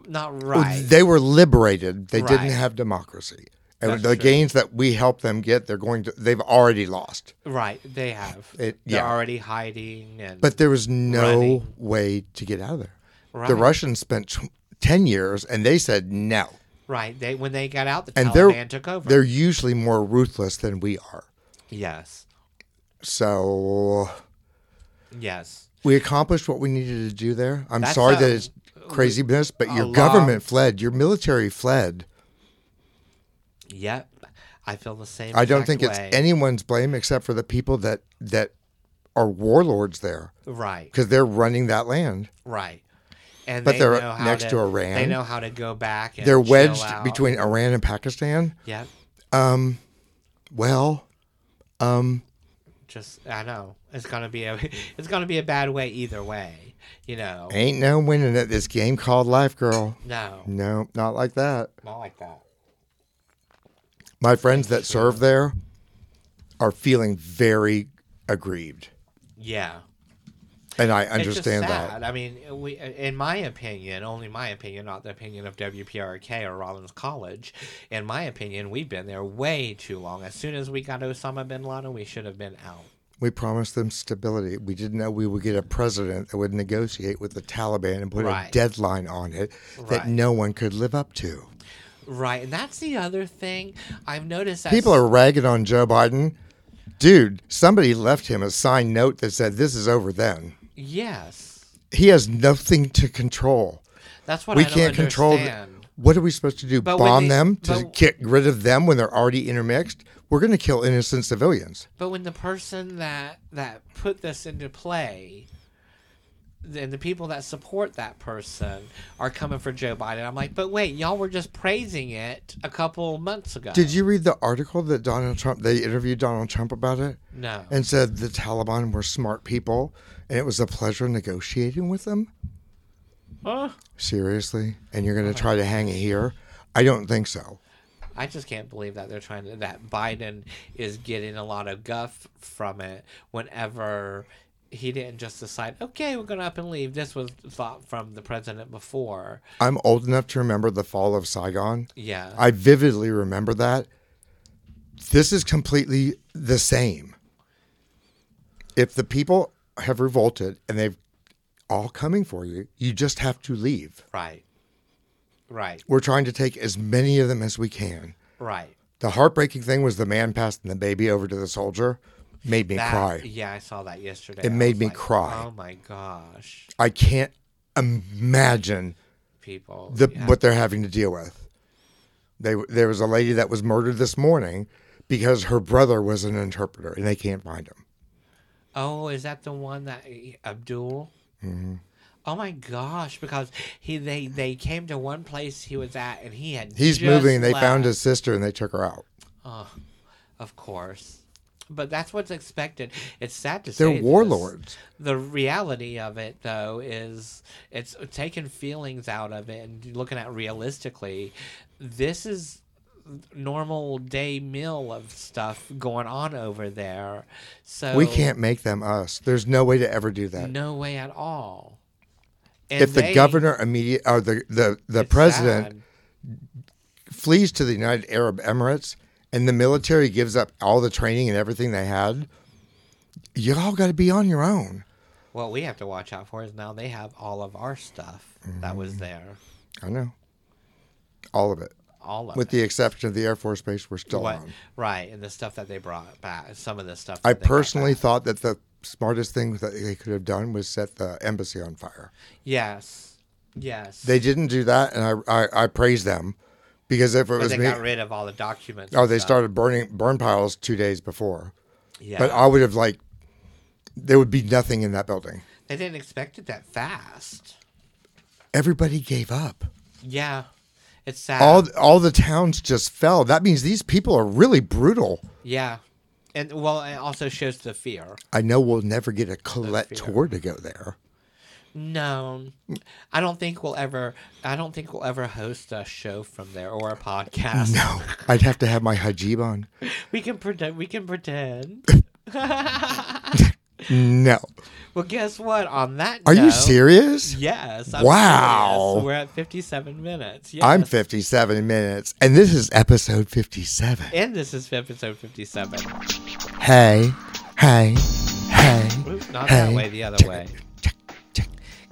D: not right.
E: they were liberated. They
D: Right.
E: didn't have democracy. And
D: That's
E: the
D: true.
E: gains that we help them get, they're going to. They've already lost.
D: right, they have.
E: It-
D: They're
E: yeah.
D: already hiding and
E: But there was no
D: Running.
E: way to get out of there.
D: Right.
E: The Russians spent tw- ten years, and they said no.
D: right, they when they got out, the
E: And they're
D: Taliban took over.
E: they're usually more ruthless than we are.
D: yes,
E: So
D: yes.
E: we accomplished what we needed to do there. I'm
D: That's
E: sorry
D: a-
E: that it's craziness, but
D: a
E: your
D: lot.
E: government fled, your military fled.
D: Yep, I feel the same.
E: I don't
D: exact
E: think it's
D: way.
E: anyone's blame except for the people that that are warlords there
D: right.
E: because they're running that land.
D: Right. And
E: But
D: they
E: they're
D: know how
E: next to Iran.
D: They know how to go back. And
E: They're
D: chill
E: wedged
D: out.
E: between Iran and Pakistan.
D: Yep.
E: Well,
D: Just I know it's gonna be a it's gonna be a bad way either way. You know.
E: ain't no winning at this game called life, girl.
D: No,
E: No, not like that.
D: not like that.
E: My friends that serve there are feeling very aggrieved,
D: Yeah.
E: and I
D: It's just
E: understand
D: sad.
E: that.
D: I mean, we, in my opinion, only my opinion, not the opinion of WPRK or Rollins College. In my opinion, we've been there way too long. As soon as we got Osama bin Laden, we should have been out.
E: We promised them stability. We didn't know we would get a president that would negotiate with the Taliban and put a
D: Right.
E: deadline on it that
D: Right.
E: no one could live up to.
D: Right, and that's the other thing I've noticed. That
E: People are ragging on Joe Biden. Dude, somebody left him a signed note that said, This is over then.
D: yes.
E: He has nothing to control.
D: That's what
E: we
D: I don't
E: can't control. th-
D: understand.
E: What are we supposed to do?
D: But when
E: Bomb
D: they-
E: them to
D: but-
E: get rid of them when they're already intermixed? We're going to kill innocent civilians.
D: But when the person that that put this into play, then the people that support that person are coming for Joe Biden. I'm like, but wait, y'all were just praising it a couple months ago.
E: Did you read the article that Donald Trump, they interviewed Donald Trump about it
D: No.
E: and said the Taliban were smart people and it was a pleasure negotiating with them?
D: Huh?
E: Seriously? And you're going to try to hang it here? I don't think so.
D: I just can't believe that they're trying to that Biden is getting a lot of guff from it whenever he didn't just decide, okay, we're gonna up and leave. This was thought from the president before.
E: I'm old enough to remember the fall of Saigon.
D: Yeah.
E: I vividly remember that. This is completely the same. if the people have revolted and they've all coming for you, you just have to leave.
D: Right. Right.
E: We're trying to take as many of them as we can.
D: Right.
E: The heartbreaking thing was the man passing the baby over to the soldier made me
D: That-
E: cry.
D: Yeah, I saw that yesterday.
E: It
D: I
E: made
D: was
E: me
D: like,
E: cry.
D: Oh my gosh,
E: I can't imagine
D: people.
E: the,
D: Oh, yeah.
E: what they're having to deal with. They, there was a lady that was murdered this morning because her brother was an interpreter and they can't find him.
D: Oh, is that the one that eh, Abdul?
E: Mm-hmm.
D: Oh my gosh! Because he they they came to one place he was at, and he had
E: He's
D: just
E: moving. and They
D: left.
E: found his sister and they took her out.
D: of course. But that's what's expected. It's sad to
E: They're
D: say. this.
E: warlords.
D: The reality of it, though, is it's taking feelings out of it and looking at realistically. This is normal day meal of stuff going on over there. So
E: We can't make them us. There's no way to ever do that.
D: Oh. No way at all. And
E: if the
D: they-
E: governor immediate or the the, the
D: it's
E: president
D: sad.
E: flees to the United Arab Emirates and the military gives up all the training and everything they had, you all got to be on your own.
D: what we have to watch out for is now they have all of our stuff that
E: Mm-hmm.
D: was there,
E: I know. All of it,
D: all of
E: with
D: it.
E: the exception of the Air Force Base, we're still
D: What-
E: on.
D: right and the stuff that they brought back some of the stuff
E: I
D: that they got
E: personally
D: back.
E: thought that the smartest thing that they could have done was set the embassy on fire.
D: yes yes
E: They didn't do that, and I I, I praise them because if it
D: but
E: was
D: they
E: me,
D: got rid of all the documents
E: oh,
D: and
E: they
D: stuff.
E: started burning burn piles two days before.
D: yeah
E: But I would have like, there would be nothing in that building.
D: they didn't expect it that fast
E: Everybody gave up.
D: yeah it's sad
E: All all the towns just fell. That means these people are really brutal.
D: yeah and well it also shows the fear
E: I know we'll never get a Colette
D: fair.
E: tour to go there.
D: no i don't think we'll ever i don't think we'll ever host a show from there or a podcast
E: No, I'd have to have my hijab on.
D: we can pretend we can pretend
E: No,
D: well guess what on that
E: are you
D: note-
E: serious?
D: Yes.
E: Wow.
D: serious. We're at 57 minutes. Yes.
E: I'm 57 minutes, and this is episode 57.
D: And this is episode 57.
E: Hey, hey, hey,
D: Oops, not that
E: Hey.
D: way, the other way.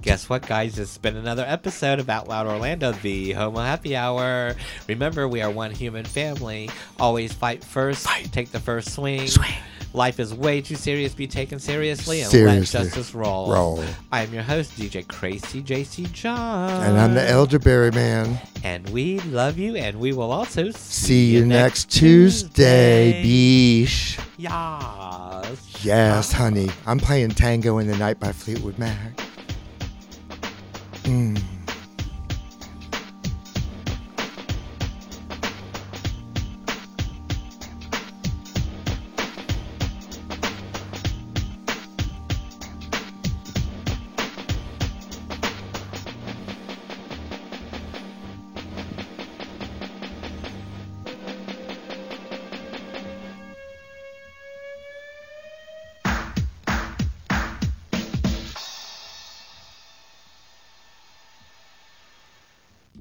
D: Guess what, guys? It's been another episode of Out Loud Orlando, the Homo Happy Hour. Remember, we are one human family. Always fight first, take the first swing.
E: Swing.
D: Life is way too serious. Be taken seriously and
E: Seriously.
D: let justice roll.
E: roll.
D: I am your host, DJ Crazy JC John.
E: And I'm the elderberry man.
D: And we love you, and we will also
E: See you next Tuesday, beesh.
D: Yes.
E: Yes, honey. I'm playing Tango in the Night by Fleetwood Mac.